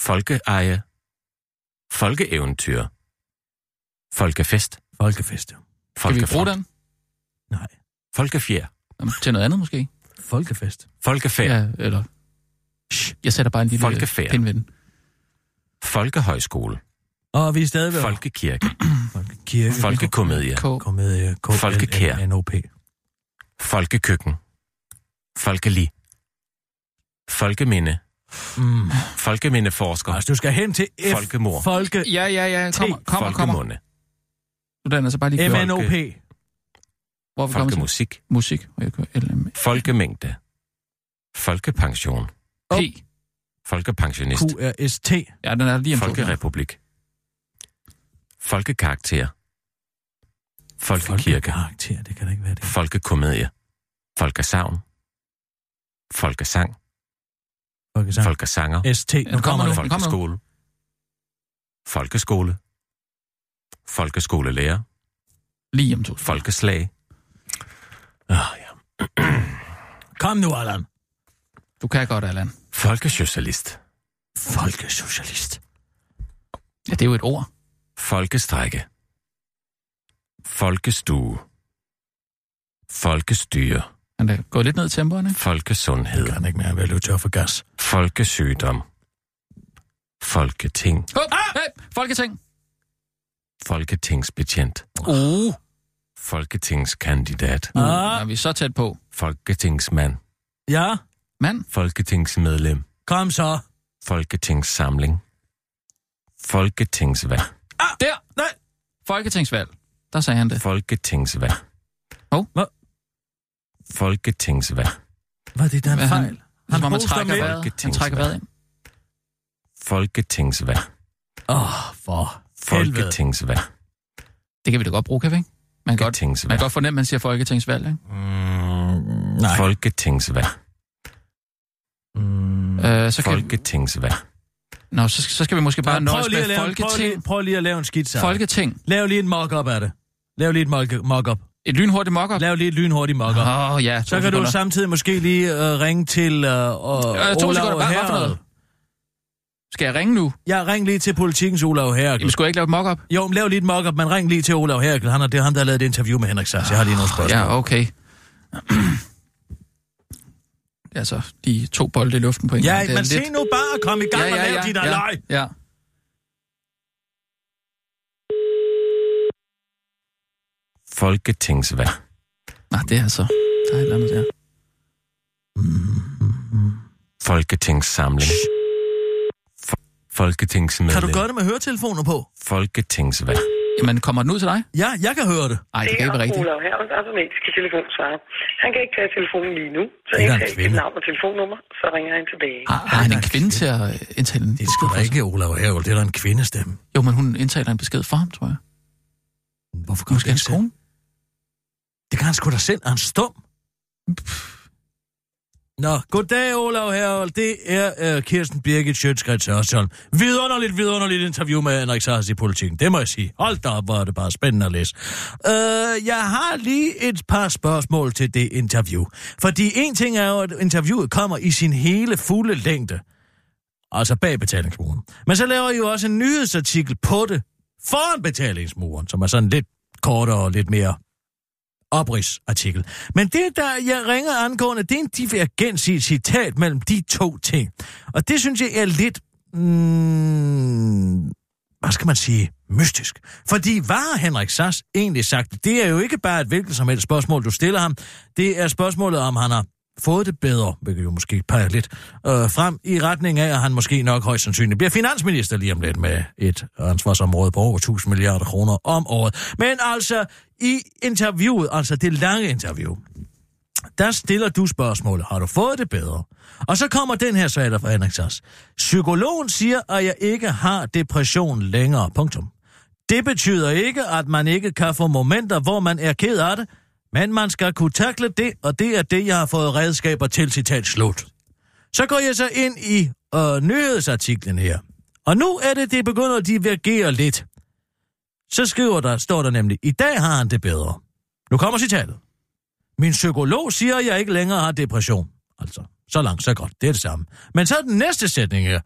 S5: Folkeeje. Folkeeventyr. Folkefest.
S3: Folkefest. ja.
S2: Kan vi bruge
S5: Folkefront.
S2: den?
S3: Nej.
S5: Folkefjer.
S2: Jamen, Til noget andet måske?
S3: Folkefest.
S5: Folkefærd.
S2: Ja, eller... Shh, jeg sætter bare en lille
S5: Folkefærd.
S2: pind ved den.
S5: Folkehøjskole.
S3: Og vi er stadig ved
S5: Folkekirke.
S3: Folkekirke.
S5: Folkekomedie.
S2: K.
S3: Komedie. K-
S5: Folkekær.
S3: NOP.
S5: Folkekøkken. Folkelig. Folkeminde.
S3: Mm.
S5: Folkemindeforsker.
S3: Altså, du skal hen til F.
S5: Folkemord.
S3: Folke...
S2: Ja, ja, ja. Kommer, kommer, kommer.
S5: Folkemunde.
S2: Nu er den altså bare lige kørt.
S3: MNOP.
S2: Hvor er vi kommer til?
S5: Folkemusik.
S2: Musik. Og jeg kører LM.
S5: Folkemængde. Folkepension.
S2: P.
S5: Folkepensionist.
S3: QRST.
S2: Ja, den er lige om to.
S5: Folkerepublik. Folkekarakter. Folkekirke.
S3: Folkekarakter, det kan da ikke være det.
S5: Folkekomedie. Folkesavn. Folkesang.
S3: Folkesang.
S5: Folkesanger.
S3: ST. Nu
S2: den
S3: kommer
S2: kommer
S3: det.
S2: nu.
S5: Folkeskole. Folkeskole. Folkeskolelærer.
S2: Lige om to.
S5: Folkeslag. Ah, ja.
S3: <clears throat> Kom nu, Allan.
S2: Du kan godt, Allan.
S5: Folkesocialist.
S3: Folkesocialist.
S2: Ja, det er jo et ord.
S5: Folkestrække. Folkestue. Folkestyre.
S2: Han er øh, gået lidt ned i tempoerne.
S5: Folkesundhed.
S3: Kan ikke mere være løbet tør for gas.
S5: Folkesygdom. Folketing.
S2: Hup!
S3: Ah!
S2: Hey! Folketing.
S5: Folketingsbetjent.
S2: Uh.
S5: Folketingskandidat.
S3: Ah.
S2: Er vi så tæt på?
S5: Folketingsmand.
S3: Ja,
S2: Mand.
S5: Folketingsmedlem.
S3: kom så.
S5: Folketingssamling.
S3: <laughs>
S5: Folketingsvalg.
S2: Der!
S3: Nej.
S2: Folketingsvalg. Der sagde han det.
S5: Folketingsvalg.
S2: Hov.
S3: Hvad?
S5: Folketingsvalg.
S3: Var det der en
S2: Hvad er han?
S3: fejl?
S2: Han, han
S3: hoster
S2: trækker
S3: med.
S2: vejret. Han trækker vejret ind.
S5: Folketingsvalg.
S3: Åh, oh, for helvede.
S5: Folketingsvalg.
S2: Det kan vi da godt bruge, kan vi ikke? Man kan godt, man kan
S5: Folketingsvalg.
S2: godt fornemme, at man siger folketingsvalg, ikke?
S3: Mm, nej.
S5: Folketingsvalg.
S3: Mm.
S2: Øh, så, kan,
S5: Folketingsvalg.
S2: nå, så, så skal vi måske bare
S3: Bare prøv,
S2: nøjes
S3: lige
S2: med
S3: at lave, en- prøv,
S2: folketing.
S3: lige, prøv lige at lave en skitse. Allan.
S2: Folketing.
S3: Lav lige en mock-up af det. Lav lige et mock- mock-up.
S2: Et lynhurtigt mokker.
S3: Lav lige et lynhurtigt mock-up.
S2: Åh, oh, ja. to
S3: Så kan du
S2: sekunder.
S3: samtidig måske lige øh, ringe til øh, øh,
S2: Øh, to
S3: Olav
S2: sekunder. Hvad, hvad for
S3: Herred.
S2: noget? Skal jeg ringe nu?
S3: Ja, ring lige til politikens Olav Herkel.
S2: Jamen, skulle jeg ikke lave et mock-up?
S3: Jo, men lav lige et mock-up, men ring lige til Olav Herkel. Han er, det er ham, der har lavet et interview med Henrik Sass. Jeg har lige nogle spørgsmål.
S2: Ja, okay. Det er altså de to bolde i luften på en gang.
S3: ja
S2: Det er
S3: men se nu bare at komme i gang og lave dit
S2: ja,
S3: alej.
S2: ja.
S5: Folketingsvalg.
S2: Nej, det er altså... Der er et eller andet der.
S5: Folketingssamling. Fo- Folketingsmedlem.
S3: Kan du gøre det med høretelefoner på?
S5: Folketingsvalg.
S2: Jamen, kommer den ud til dig?
S3: Ja, jeg kan høre det.
S2: Nej, det
S7: Det
S2: kan
S7: er
S2: ikke være rigtigt.
S7: Olav Herrens automatiske telefonsvarer. Han kan ikke tage telefonen lige nu, så
S3: Det er da en
S7: jeg kan ikke
S3: kvinde.
S7: navn og telefonnummer, så ringer han tilbage.
S2: Har, har Ah, han en kvinde til at øh, indtale en
S3: Det skal da
S2: for sig?
S3: ikke Olav Herkel. Det er da en kvindestemme.
S2: Jo, men hun indtaler en besked for ham, tror jeg.
S3: Hvorfor kan
S2: Måske
S3: han
S2: hans
S3: ikke
S2: kone?
S3: selv? Det kan han sgu da selv. Er han stum? Nå, goddag Olav Herold. Det er uh, Kirsten Birgit Sjøtskrets Hørsholm. Vidunderligt, vidunderligt interview med Henrik Sars i politikken. Det må jeg sige. Hold da op, hvor er det bare spændende at læse. Uh, jeg har lige et par spørgsmål til det interview. Fordi en ting er jo, at interviewet kommer i sin hele fulde længde. Altså bag betalingsmuren. Men så laver I jo også en nyhedsartikel på det foran betalingsmuren, som er sådan lidt kortere og lidt mere opridsartikel. Men det, der jeg ringer angående, det er en divergens i et citat mellem de to ting. Og det synes jeg er lidt... Mm, hvad skal man sige, mystisk. Fordi hvad har Henrik Sass egentlig sagt? Det er jo ikke bare et hvilket som helst spørgsmål, du stiller ham. Det er spørgsmålet, om han har fået det bedre, hvilket jo måske peger lidt øh, frem i retning af, at han måske nok højst sandsynligt bliver finansminister lige om lidt med et ansvarsområde på over 1000 milliarder kroner om året. Men altså, i interviewet, altså det lange interview, der stiller du spørgsmålet, har du fået det bedre? Og så kommer den her svaler fra Henrik Sass. Psykologen siger, at jeg ikke har depression længere, punktum. Det betyder ikke, at man ikke kan få momenter, hvor man er ked af det, men man skal kunne takle det, og det er det, jeg har fået redskaber til, citat slut. Så går jeg så ind i øh, nyhedsartiklen her. Og nu er det, det begynder at divergere lidt. Så skriver der, står der nemlig, i dag har han det bedre. Nu kommer citatet. Min psykolog siger, at jeg ikke længere har depression. Altså, så langt, så godt. Det er det samme. Men så er den næste sætning her.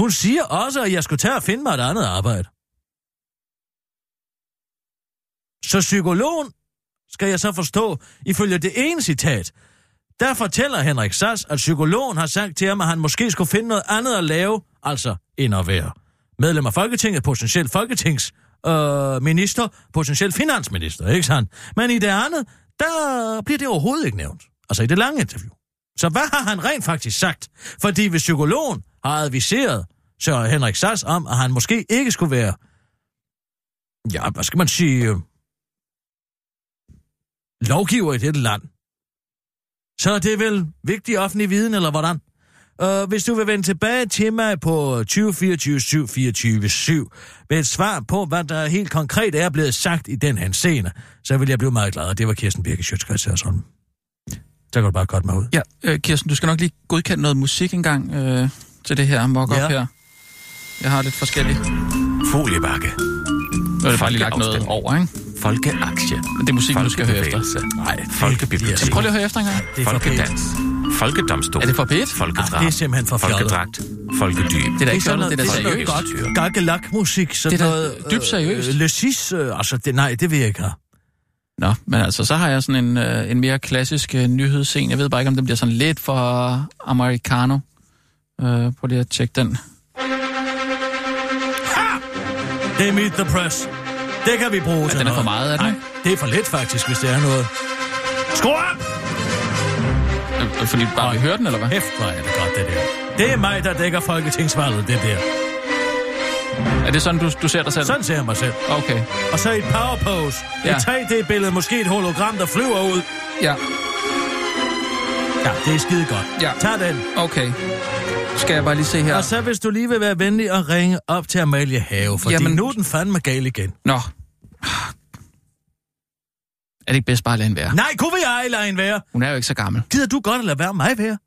S3: Hun siger også, at jeg skulle tage og finde mig et andet arbejde. Så psykologen, skal jeg så forstå, ifølge det ene citat, der fortæller Henrik Sass, at psykologen har sagt til ham, at han måske skulle finde noget andet at lave, altså end at være medlem af Folketinget, potentielt Folketings øh, minister, potentielt finansminister, ikke sandt? Men i det andet, der bliver det overhovedet ikke nævnt. Altså i det lange interview. Så hvad har han rent faktisk sagt? Fordi hvis psykologen har adviseret Sir Henrik Sass om, at han måske ikke skulle være... Ja, hvad skal man sige... øh, Lovgiver i dette land. Så er det vel vigtig offentlig viden, eller hvordan? Uh, hvis du vil vende tilbage til mig på 2024 7 med et svar på, hvad der helt konkret er blevet sagt i den her scene, så vil jeg blive meget glad, og det var Kirsten Birke Sjøtskrets sådan. Så kan du bare godt mig ud.
S2: Ja, øh, Kirsten, du skal nok lige godkende noget musik engang øh, til det her mock-up
S3: Ja.
S2: ja. her. Jeg har lidt forskelligt.
S5: Foliebakke.
S2: Nu er det bare lige lagt noget over, ikke?
S5: Folkeaktie.
S2: Men det er musikken, du skal høre efter.
S5: Folkebevægelse. Nej, folkebibliotek.
S2: Så prøv lige at høre efter engang.
S3: Det er for pænt.
S5: Folkedans. Folkedomstol.
S2: Er det for pænt?
S5: Folkedrab.
S3: Ah, det er simpelthen for fjollet.
S5: Folkedragt. Folkedyb.
S2: Det er da
S3: Det er
S2: ikke
S3: sådan
S2: fjollet, det
S3: noget,
S2: er da
S3: det er sådan
S2: seriøst.
S3: noget godt gakkelak-musik. Sådan
S2: Det er da
S3: noget, øh,
S2: dybt seriøst.
S3: Øh, Le Cis, øh, altså det, nej, det vil jeg ikke have.
S2: Nå, men altså, så har jeg sådan en, øh, en mere klassisk øh, nyhedsscene. Jeg ved bare ikke, om den bliver sådan lidt for americano. Øh, prøv lige at tjekke den.
S3: Det er Meet the Press. Det kan vi bruge
S2: den
S3: til
S2: er
S3: noget.
S2: for meget, er den?
S3: Nej, det er for lidt faktisk, hvis det er noget. Skru op!
S2: Øh, øh, Fordi du bare vil høre den, eller hvad?
S3: Hæft, hvor er det godt, det der. Det er mig, der dækker folketingsvalget, det der.
S2: Er det sådan, du, du ser dig selv?
S3: Sådan ser jeg mig selv.
S2: Okay.
S3: Og så et power pose. Ja.
S2: Ja.
S3: Et 3D-billede, måske et hologram, der flyver ud.
S2: Ja,
S3: Ja, det er skide godt.
S2: Ja.
S3: Tag den.
S2: okay. Skal jeg bare lige se her?
S3: Og så hvis du lige vil være venlig og ringe op til Amalie Have, fordi Jamen...
S2: Jamen-
S3: nu er den fandme gal igen.
S2: Nå. Ah. Er det ikke bedst bare at lade hende være?
S3: Nej, kunne vi ej lade hende være?
S2: Hun er jo ikke så gammel.
S3: Gider du godt at lade være med mig være?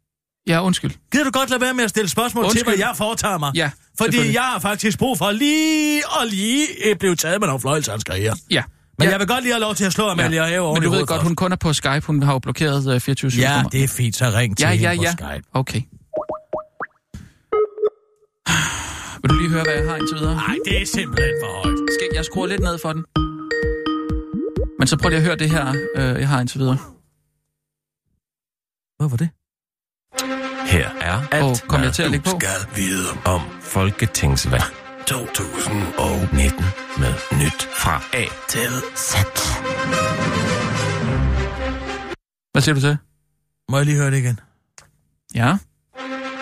S2: Ja, undskyld.
S3: Gider du godt lade være med at stille spørgsmål Undskyld. til,
S2: Undskyld.
S3: hvad jeg foretager mig?
S2: Ja,
S3: Fordi
S2: selvfølgelig.
S3: jeg har faktisk brug for lige og lige at blive taget med nogle fløjelsanskriger.
S2: Ja.
S3: Men
S2: ja.
S3: jeg vil godt lige have lov til at slå Amalie ja. Have oven
S2: Men
S3: i
S2: du ved
S3: hovedet
S2: godt,
S3: først.
S2: hun kun er på Skype. Hun har jo blokeret øh, 24
S3: Ja,
S2: nummer.
S3: det er fint, så ring til
S2: Ja,
S3: hende
S2: ja,
S3: på
S2: ja.
S3: Skype.
S2: Okay. Vil du lige høre, hvad jeg har indtil videre?
S3: Nej, det er simpelthen for højt.
S2: Skal jeg skruer lidt ned for den? Men så prøv lige at høre det her, øh, jeg har indtil videre.
S3: Hvad var det?
S5: Her er alt,
S2: Åh, kom
S5: hvad
S2: jeg til at
S5: du
S2: lægge på?
S5: skal vide om folketingsvalg 2019 med nyt fra A til Z.
S2: Hvad siger du til?
S3: Må jeg lige høre det igen?
S2: Ja.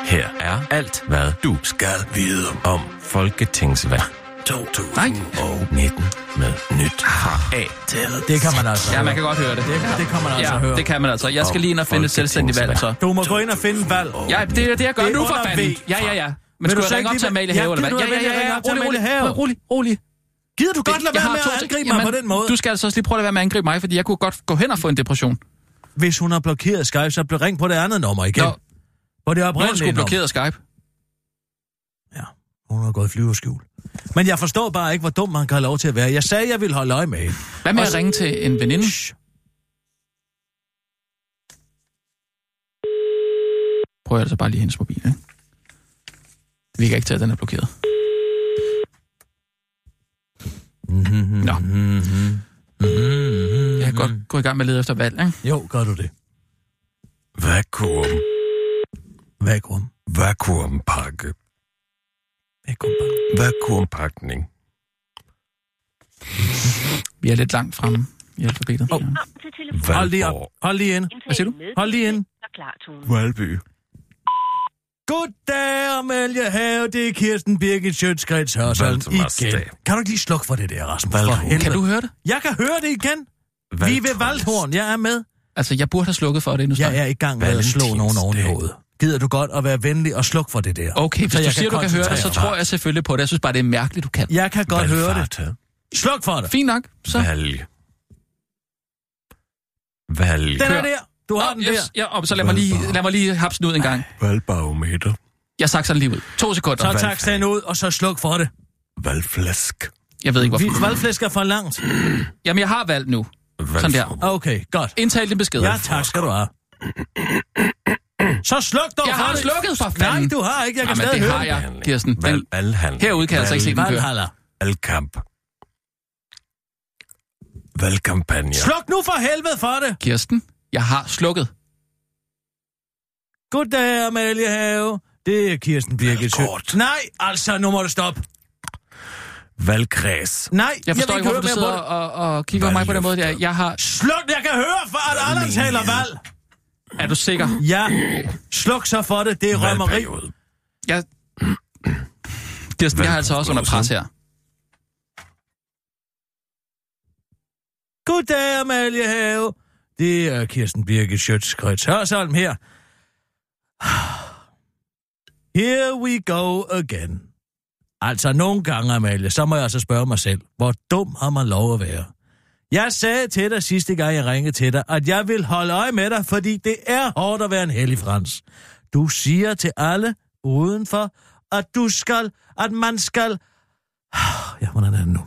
S5: Her er alt, hvad du skal vide om folketingsvalg 2019 med nyt fra A til
S3: Det kan man altså
S2: Ja,
S3: høre.
S2: man kan godt høre det.
S3: Det, det kan man altså
S2: Ja,
S3: høre.
S2: det kan man altså. Jeg skal lige ind og finde et selvstændigt valg, så.
S3: Du må gå ind og finde en valg.
S2: Ja, det er det, jeg gør
S3: Det er
S2: nu for
S3: under
S2: fanden.
S3: V.
S2: Ja, ja, ja. Men
S3: Vil du
S2: skulle
S3: så
S2: jeg ringe
S3: ikke
S2: op
S3: lige
S2: til
S3: være-
S2: Amalie
S3: Ja,
S2: Have, eller hvad?
S3: gider du
S2: Ja, ja,
S3: da vælge at
S2: ja,
S3: ringe
S2: ja.
S3: op til
S2: Rolig, rolig,
S3: Amalie Have?
S2: rolig, rolig.
S3: Gider du godt lade
S2: Jeg
S3: være
S2: har
S3: med
S2: to
S3: at
S2: ting.
S3: angribe mig
S2: Jamen,
S3: på den måde?
S2: Du skal altså også lige prøve at lade være med at angribe mig, fordi jeg kunne godt gå hen og få en depression.
S3: Hvis hun har blokeret Skype, så blev ring på det andet nummer igen.
S2: Nå,
S3: På det
S2: nu er du
S3: oprindelige
S2: sgu
S3: nummer.
S2: blokeret af Skype.
S3: Ja, hun har gået i flyverskjul. Men jeg forstår bare ikke, hvor dum man kan have lov til at være. Jeg sagde, jeg ville holde øje med hende.
S2: Hvad med
S3: Og
S2: at
S3: så-
S2: ringe til en veninde?
S3: Shh.
S2: Prøv altså bare lige hendes mobil, ikke? Det virker ikke til, at den er blokeret. Nå. Jeg kan godt gå i gang med at lede efter valg, ikke?
S3: Jo, gør du det.
S5: Vakuum.
S3: Vakuum.
S5: Vakuumpakke.
S3: Vakuum.
S5: Vakuumpakning.
S2: Vi er lidt langt fremme i alfabetet. Oh.
S8: Velkommen til telefonen.
S3: Hold lige op.
S6: Valborg.
S3: Hold lige ind.
S2: Hvad siger du?
S3: Hold lige ind.
S8: Og klar tone.
S6: Valby.
S3: Goddag, Amalie Have. Det er Kirsten Birgit Sjøtskrets Hørsholm
S6: Valdemarsdag.
S3: igen. Kan du ikke lige slukke for det der, Rasmus? For helvede.
S2: Kan du høre det?
S3: Jeg kan høre det igen. Vi er ved Valdhorn. Jeg er med.
S2: Altså, jeg burde have slukket for det endnu snart.
S3: Jeg er i gang med at slå nogen oven i hovedet. Gider du godt at være venlig og slukke for det der?
S2: Okay, hvis
S3: Så
S2: så du
S3: jeg
S2: siger,
S3: kan
S2: du kan høre det, så
S3: koncentrere mig.
S2: tror jeg selvfølgelig på det. Jeg synes bare, det er mærkeligt, du kan.
S3: Jeg kan godt høre det. Sluk for det.
S2: Fint nok. Så.
S6: Valg. Valg.
S3: Den er
S2: Kør.
S3: der. Du har den
S2: Yes,
S3: der.
S2: ja, og så lad mig lige, lad mig lige hapse den ud en gang.
S6: Valgbarometer.
S2: Jeg sagde sådan lige ud. To sekunder.
S3: Så tak sagen ud, og så sluk for det.
S6: Valgflask.
S2: Jeg ved ikke,
S3: Vi
S2: hvorfor.
S3: valgflæsk er for langt. Ah,
S2: Jamen, jeg har valgt nu. Sådan der.
S3: Okay, godt.
S2: Indtal din besked.
S3: Ja, tak skal du have. Så sluk dog
S2: Jeg
S3: for
S2: har
S3: det.
S2: slukket for
S3: Nej,
S2: fanden.
S3: du har ikke. Jeg kan
S2: Jamen,
S3: stadig
S2: det
S3: høre
S2: har
S3: det.
S2: jeg, Kirsten. Den,
S6: Valghandel.
S2: herude kan jeg altså ikke se den køre.
S3: Valhalla.
S6: Valgkamp. Valgkampagne.
S3: Sluk nu for helvede for det.
S2: Kirsten, jeg har slukket.
S3: Goddag, Amalie Have. Det er Kirsten Birgit Sjø.
S6: Valgkort.
S3: Nej, altså, nu må du stoppe.
S6: Valgkreds.
S3: Nej,
S2: Jeg forstår
S3: vil
S2: ikke, hvorfor du
S3: høre mere
S2: sidder
S3: på det.
S2: og, og kigger på mig på den måde. Der. Jeg har...
S3: Sluk, jeg kan høre, for at alle taler valg.
S2: Er du sikker?
S3: Ja, sluk så for det. Det er rømmeri.
S6: Valgperiode.
S2: Jeg... Kirsten, jeg er altså også under pres her.
S3: Goddag, Amalie Have. Det er Kirsten Birgit Sjøtskrets Hørsholm her. Here we go again. Altså, nogle gange, Amalie, så må jeg altså spørge mig selv, hvor dum har man lov at være? Jeg sagde til dig sidste gang, jeg ringede til dig, at jeg vil holde øje med dig, fordi det er hårdt at være en hellig frans. Du siger til alle udenfor, at du skal, at man skal... <sighs> Ja, hvordan er det nu?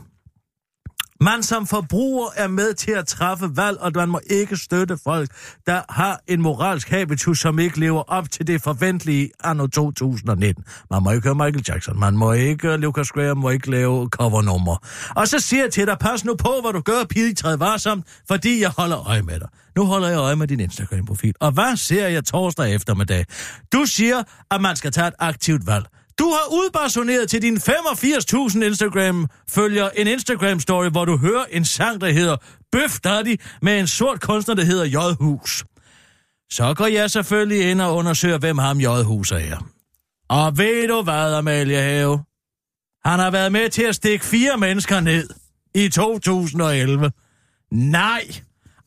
S3: Man som forbruger er med til at træffe valg, og man må ikke støtte folk, der har en moralsk habitus, som ikke lever op til det forventelige anno 2019. Man må ikke høre Michael Jackson, man må ikke høre Lucas Graham, må ikke lave covernummer. Og så siger jeg til dig, pas nu på, hvad du gør, pige, træd varsomt, fordi jeg holder øje med dig. Nu holder jeg øje med din Instagram-profil. Og hvad ser jeg torsdag eftermiddag? Du siger, at man skal tage et aktivt valg. Du har udbarsoneret til dine 85.000 Instagram-følger en Instagram-story, hvor du hører en sang, der hedder Bøf Daddy, med en sort kunstner, der hedder J. Hus. Så går jeg selvfølgelig ind og undersøger, hvem ham J. Hus er. Og ved du hvad, Amalie Have? Han har været med til at stikke fire mennesker ned i 2011. Nej!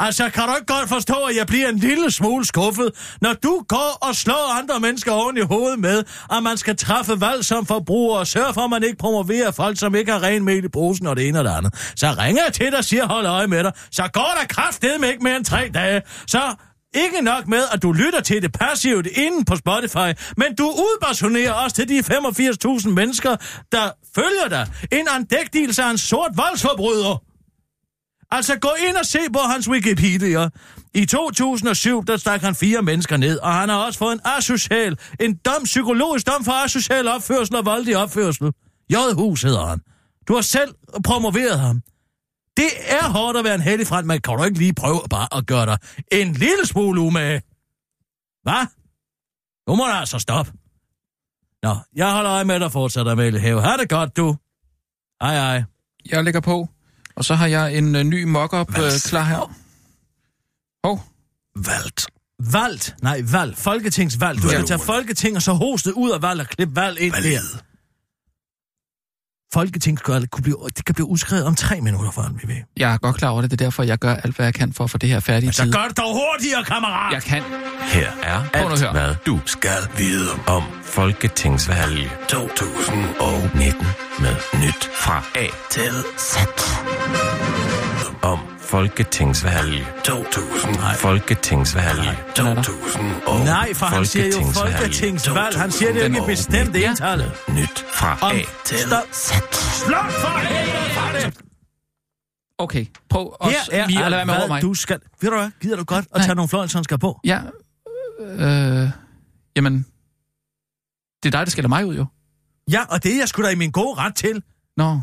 S3: Altså, kan du ikke godt forstå, at jeg bliver en lille smule skuffet, når du går og slår andre mennesker oven i hovedet med, at man skal træffe valg som forbruger og sørge for, at man ikke promoverer folk, som ikke har ren mel i posen og det ene og det andet. Så ringer jeg til dig og siger, hold øje med dig. Så går der kraftedeme ikke mere end tre dage. Så ikke nok med, at du lytter til det passivt inden på Spotify, men du udpersonerer også til de 85.000 mennesker, der følger dig. En andægtigelse af en sort voldsforbryder. Altså gå ind og se på hans Wikipedia. I 2007, der stak han fire mennesker ned, og han har også fået en asocial, en dom, psykologisk dom for asocial opførsel og voldelig opførsel. J. Hus hedder han. Du har selv promoveret ham. Det er hårdt at være en heldig frem, men kan du ikke lige prøve bare at gøre dig en lille smule umage? Hvad? Nu må du altså stoppe. Nå, jeg holder øje med dig fortsat, Amalie Have. Har det godt, du. Hej, hej.
S2: Jeg lægger på. Og så har jeg en øh, ny mock-up øh, klar her. Hov. Oh.
S6: Valgt.
S3: Valgt. Nej, valg. Folketingsvalg. Du skal tage Folketing og så hoste ud af valg og klippe valg ind der. Folketingsvalg kunne blive, det kan blive udskrevet om tre minutter, for alt vi ved.
S2: Jeg er godt klar over det. Det er derfor, jeg gør alt, hvad jeg kan for at få det her færdigt i
S3: Så
S2: tide.
S3: gør det dog hurtigere, kammerat!
S2: Jeg kan.
S5: Her er
S2: Prøv nu at
S5: alt,
S2: høre.
S5: hvad du skal vide om Folketingsvalg 2019 med nyt fra A til Z. Om Folketingsvalg 2000. Folketingsvalg 2000.
S3: Nej, for han siger jo Folketingsvalg. Han siger det jo
S2: Den
S3: ikke
S2: år.
S3: bestemt
S2: Ja.
S3: ental.
S5: Nyt fra
S3: Om
S5: A til
S3: stop. Sluk for helvede for det!
S2: Okay, prøv også
S3: Her er
S2: lige at lade
S3: alt,
S2: være med over mig.
S3: hvad du skal... Ved du hvad, gider du godt at
S2: Nej.
S3: tage nogle fløjelshandsker på?
S2: Ja, øh, jamen, det er dig, der skælder mig ud, jo.
S3: Ja, og det er jeg sgu da i min gode ret til.
S2: Nå,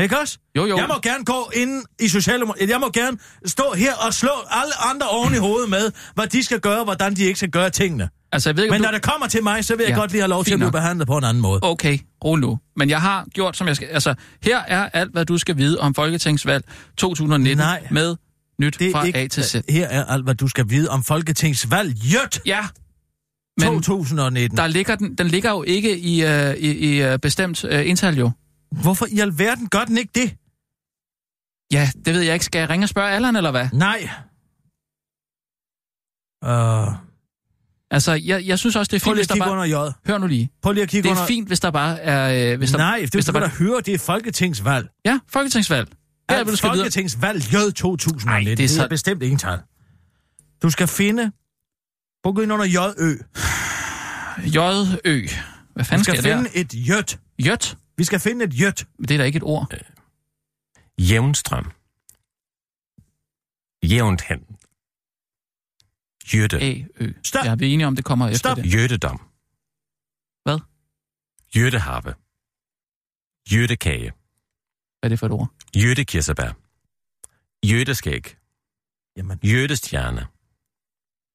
S3: Ikke også?
S2: jo, jo.
S3: Jeg må gerne gå ind i Socialdemokratiet. Jeg må gerne stå her og slå alle andre oven i hovedet med, hvad de skal gøre, og hvordan de ikke skal gøre tingene.
S2: Altså, jeg ved ikke,
S3: Men
S2: om
S3: når
S2: du...
S3: det kommer til mig, så vil jeg
S2: Ja,
S3: godt lige have lov til
S2: fint
S3: at blive
S2: nok.
S3: behandlet på en anden måde.
S2: Okay, rolig nu. Men jeg har gjort, som jeg skal... Altså, her er alt, hvad du skal vide om Folketingsvalg 2019
S3: Nej.
S2: med nyt
S3: Det er
S2: fra
S3: ikke,
S2: A til Z.
S3: Her er alt, hvad du skal vide om Folketingsvalg. Jødt!
S2: Ja, men
S3: 2019.
S2: der ligger den, den ligger jo ikke i, øh, i, i øh, bestemt øh, indtal, jo.
S3: Hvorfor i alverden gør den ikke det?
S2: Ja, det ved jeg ikke. Skal jeg ringe og spørge Allan, eller hvad?
S3: Nej. Øh,
S2: Altså, jeg, jeg synes også, det er
S3: prøv
S2: fint,
S3: lige
S2: hvis
S3: at
S2: der
S3: kigge
S2: bare...
S3: under J.
S2: Hør nu lige.
S3: Prøv lige at kigge
S2: Det
S3: under...
S2: er fint, hvis der bare er... Øh, hvis der...
S3: Nej, det
S2: hvis
S3: er
S2: der
S3: du
S2: bare...
S3: der høre, det er Folketingsvalg.
S2: Ja, folketingsvalg. Det er,
S3: Alt
S2: hvad du skal vide.
S3: Folketingsvalg J 2019.
S2: Ej,
S3: Nej,
S2: det er
S3: det er,
S2: så-
S3: så... bestemt ingen tal. Du skal finde... Prøv at gå ind under JØ.
S2: J-ø. Hvad fanden skal,
S3: Vi skal
S2: skal jeg
S3: finde
S2: der?
S3: et jødt.
S2: Jødt?
S3: Vi skal finde et jødt.
S2: Men det er da ikke et ord.
S5: Jævnstrøm. Jævnt hen. Jytte.
S2: A-ø.
S3: Stop.
S2: Ja, vi er enige om, det kommer efter
S3: Stop.
S2: det.
S5: Jyttedom.
S2: Hvad?
S5: Jytteharpe. Jyttekage.
S2: Hvad er det for et ord?
S5: Jyttekirsebær. Jytteskæg.
S3: Jamen,
S5: Jyttestjerne.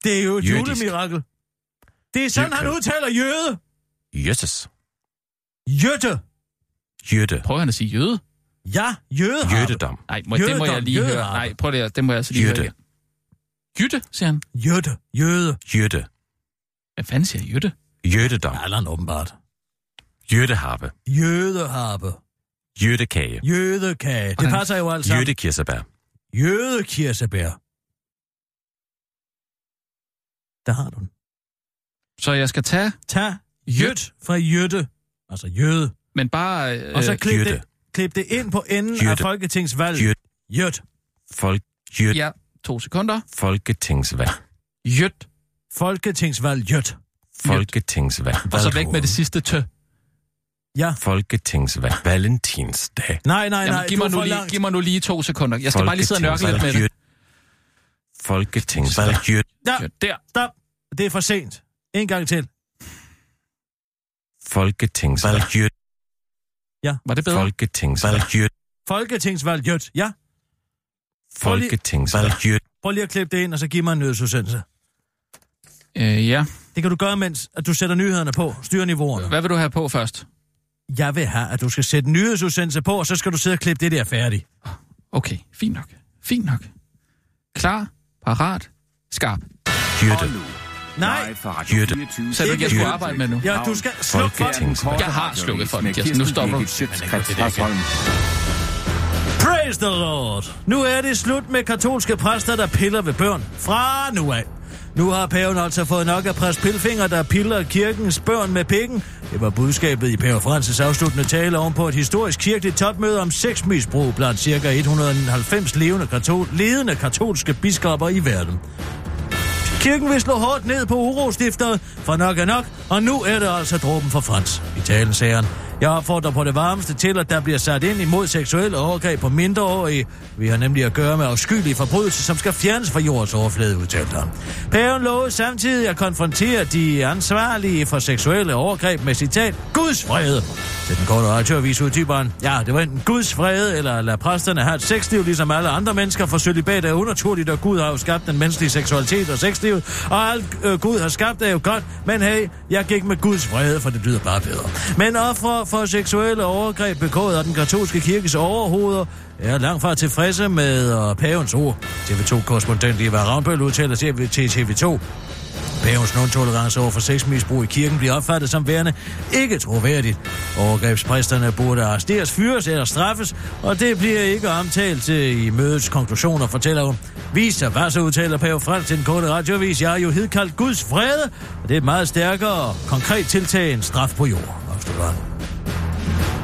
S3: det er jo et
S5: Jødisk.
S3: julemirakel. Det er sådan,
S5: Jød-
S3: han udtaler jøde.
S5: Jøsses.
S3: Jøtte.
S5: Jytte.
S2: Prøver han at sige jøde?
S3: Ja, jøde.
S5: Jyttedom.
S2: Nej, må, det må
S3: Jødedom,
S2: jeg lige høre.
S3: jødeharpe.
S2: Nej, prøv lige, at- det må jeg altså lige
S5: Jytte.
S2: høre igen. Jytte, siger han.
S3: Jøtte. Jøde.
S5: Jytte.
S2: Hvad fanden siger jytte?
S5: Jyttedom.
S3: Allan åbenbart.
S5: Jytteharpe.
S3: Jødeharpe.
S5: Jyttekage.
S3: Jødekage. Det
S2: Hvordan-
S3: passer jo altså. Jøde.
S5: Jyttekirsebær.
S3: Jødekirsebær. Der har du den.
S2: Så jeg skal tage,
S3: Tag jødt fra jøtte. Altså jøde.
S2: men bare... Øh,
S3: Og så klip,
S5: jøtte.
S3: det, klip det ind på enden af
S5: Jøtte.
S3: Folketingsvalg.
S5: Jøt.
S3: Jødt.
S5: Folk. Jyt.
S2: Ja, to sekunder.
S5: Folketingsvalg.
S2: Jødt.
S3: Folketingsvalg jødt.
S5: Folketingsvalg.
S2: Og så væk med det sidste tø.
S3: Ja.
S5: Folketingsvalg. Valentinsdag.
S3: Nej, nej, nej.
S2: Jamen, giv,
S3: du
S2: mig
S3: er
S2: nu
S3: for
S2: lige,
S3: langt.
S2: giv mig nu lige to sekunder. Jeg skal bare lige sidde og nørke lidt med det.
S5: Folketingsvalg. Jyt- Folketingsvalg. Jyt.
S3: Ja,
S2: Jyt. Der.
S3: stop. Det er for sent. En gang til.
S5: Folketingsvalg. Jyt.
S2: Var det bedre?
S5: Folketingsvalg. Jyt.
S3: Folketingsvalg jødt. Ja.
S5: Folketingsvalg. Jyt.
S3: Prøv lige at klippe det ind, og så giv mig en nødsudsendelse.
S2: Øh, ja.
S3: Det kan du gøre, mens at du sætter nyhederne på, styrer niveauerne.
S2: Hvad vil du have på først?
S3: Jeg vil have, at du skal sætte nyhedsudsendelse på, og så skal du sidde og klippe det der færdigt.
S2: Okay, fint nok. Fint nok. Klar, parat, skarp.
S5: Jytte.
S4: Og nu,
S3: Nej,
S4: live fra Radio
S5: Jytte.
S4: 24.
S2: Sagde du ikke, jeg skulle arbejde med nu?
S3: ja, du skal slukke for den.
S5: Folketingsvalg.
S2: Jeg har slukket for den,
S4: Med
S2: Kirsten. Nu
S4: Kirsten
S2: stopper du.
S4: Birgit Schøtzgrads Hasholm.
S3: Praise the Lord. Nu er det slut med katolske præster, der piller ved børn. Fra nu af. Nu har paven altså fået nok af præst Pilfinger, der piller kirkens børn med pikken. Det var budskabet i pave Francis afsluttende tale ovenpå et historisk kirkeligt topmøde om sexmisbrug blandt ca. 190 levende katol- ledende katolske biskopper i verden. Kirken vil slå hårdt ned på urostiftet, for nok er nok, og nu er det altså dråben for Frans. I talen sagde han, jeg opfordrer på det varmeste til, at der bliver sat ind imod seksuelle overgreb på mindreårige. Vi har nemlig at gøre med afskyelige forbrydelser, som skal fjernes fra jordens overflade, udtalte han. Paven lovede samtidig at konfrontere de ansvarlige for seksuelle overgreb med citat, Guds fred. Til den korte radioavis uddyber han, ja, det var enten Guds fred, eller at lade præsterne have et sexliv, ligesom alle andre mennesker, for celibat er unaturligt, og Gud har jo skabt den menneskelige seksualitet og sexlivet, og alt øh, Gud har skabt er jo godt, men hey, jeg gik med Guds vrede, for det lyder bare bedre. Men ofre for seksuelle overgreb begået af den katolske kirkes overhoveder er langt fra tilfredse med øh, pavens ord. TV2-korrespondent Eva Rambøl udtaler til til TV2, Pavens non-tolerance over for sexmisbrug i kirken bliver opfattet som værende ikke troværdigt. Overgrebspræsterne burde arresteres, fyres eller straffes, og det bliver ikke omtalt øh, i mødets konklusioner, fortæller hun. Vis sig, hvad så udtaler Pave Frans til den korte radioavis. Jeg har jo hidkaldt Guds fred, og det er et meget stærkere og konkret tiltag end straf på jord, afslutter han.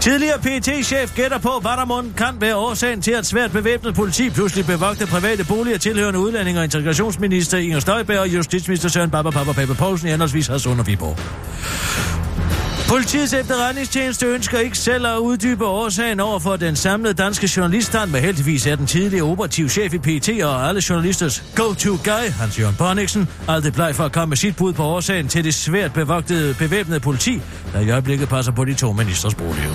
S3: Tidligere pt chef gætter på, hvad der mon kan være årsagen til, at svært bevæbnet politi pludselig bevogte private boliger tilhørende udlænding og integrationsminister Inger Støjberg og justitsminister Søren Baba Papa Pape Poulsen i henholdsvis Hadsund og Viborg. Politiets efterretningstjeneste ønsker ikke selv at uddybe årsagen over for den samlede danske journaliststand, men heldigvis er den tidligere operativ chef i PT og alle journalisters go-to-guy, Hans Jørgen Bonniksen, aldrig bleg for at komme med sit bud på årsagen til det svært bevogtede bevæbnede politi, der i øjeblikket passer på de to ministers boliger.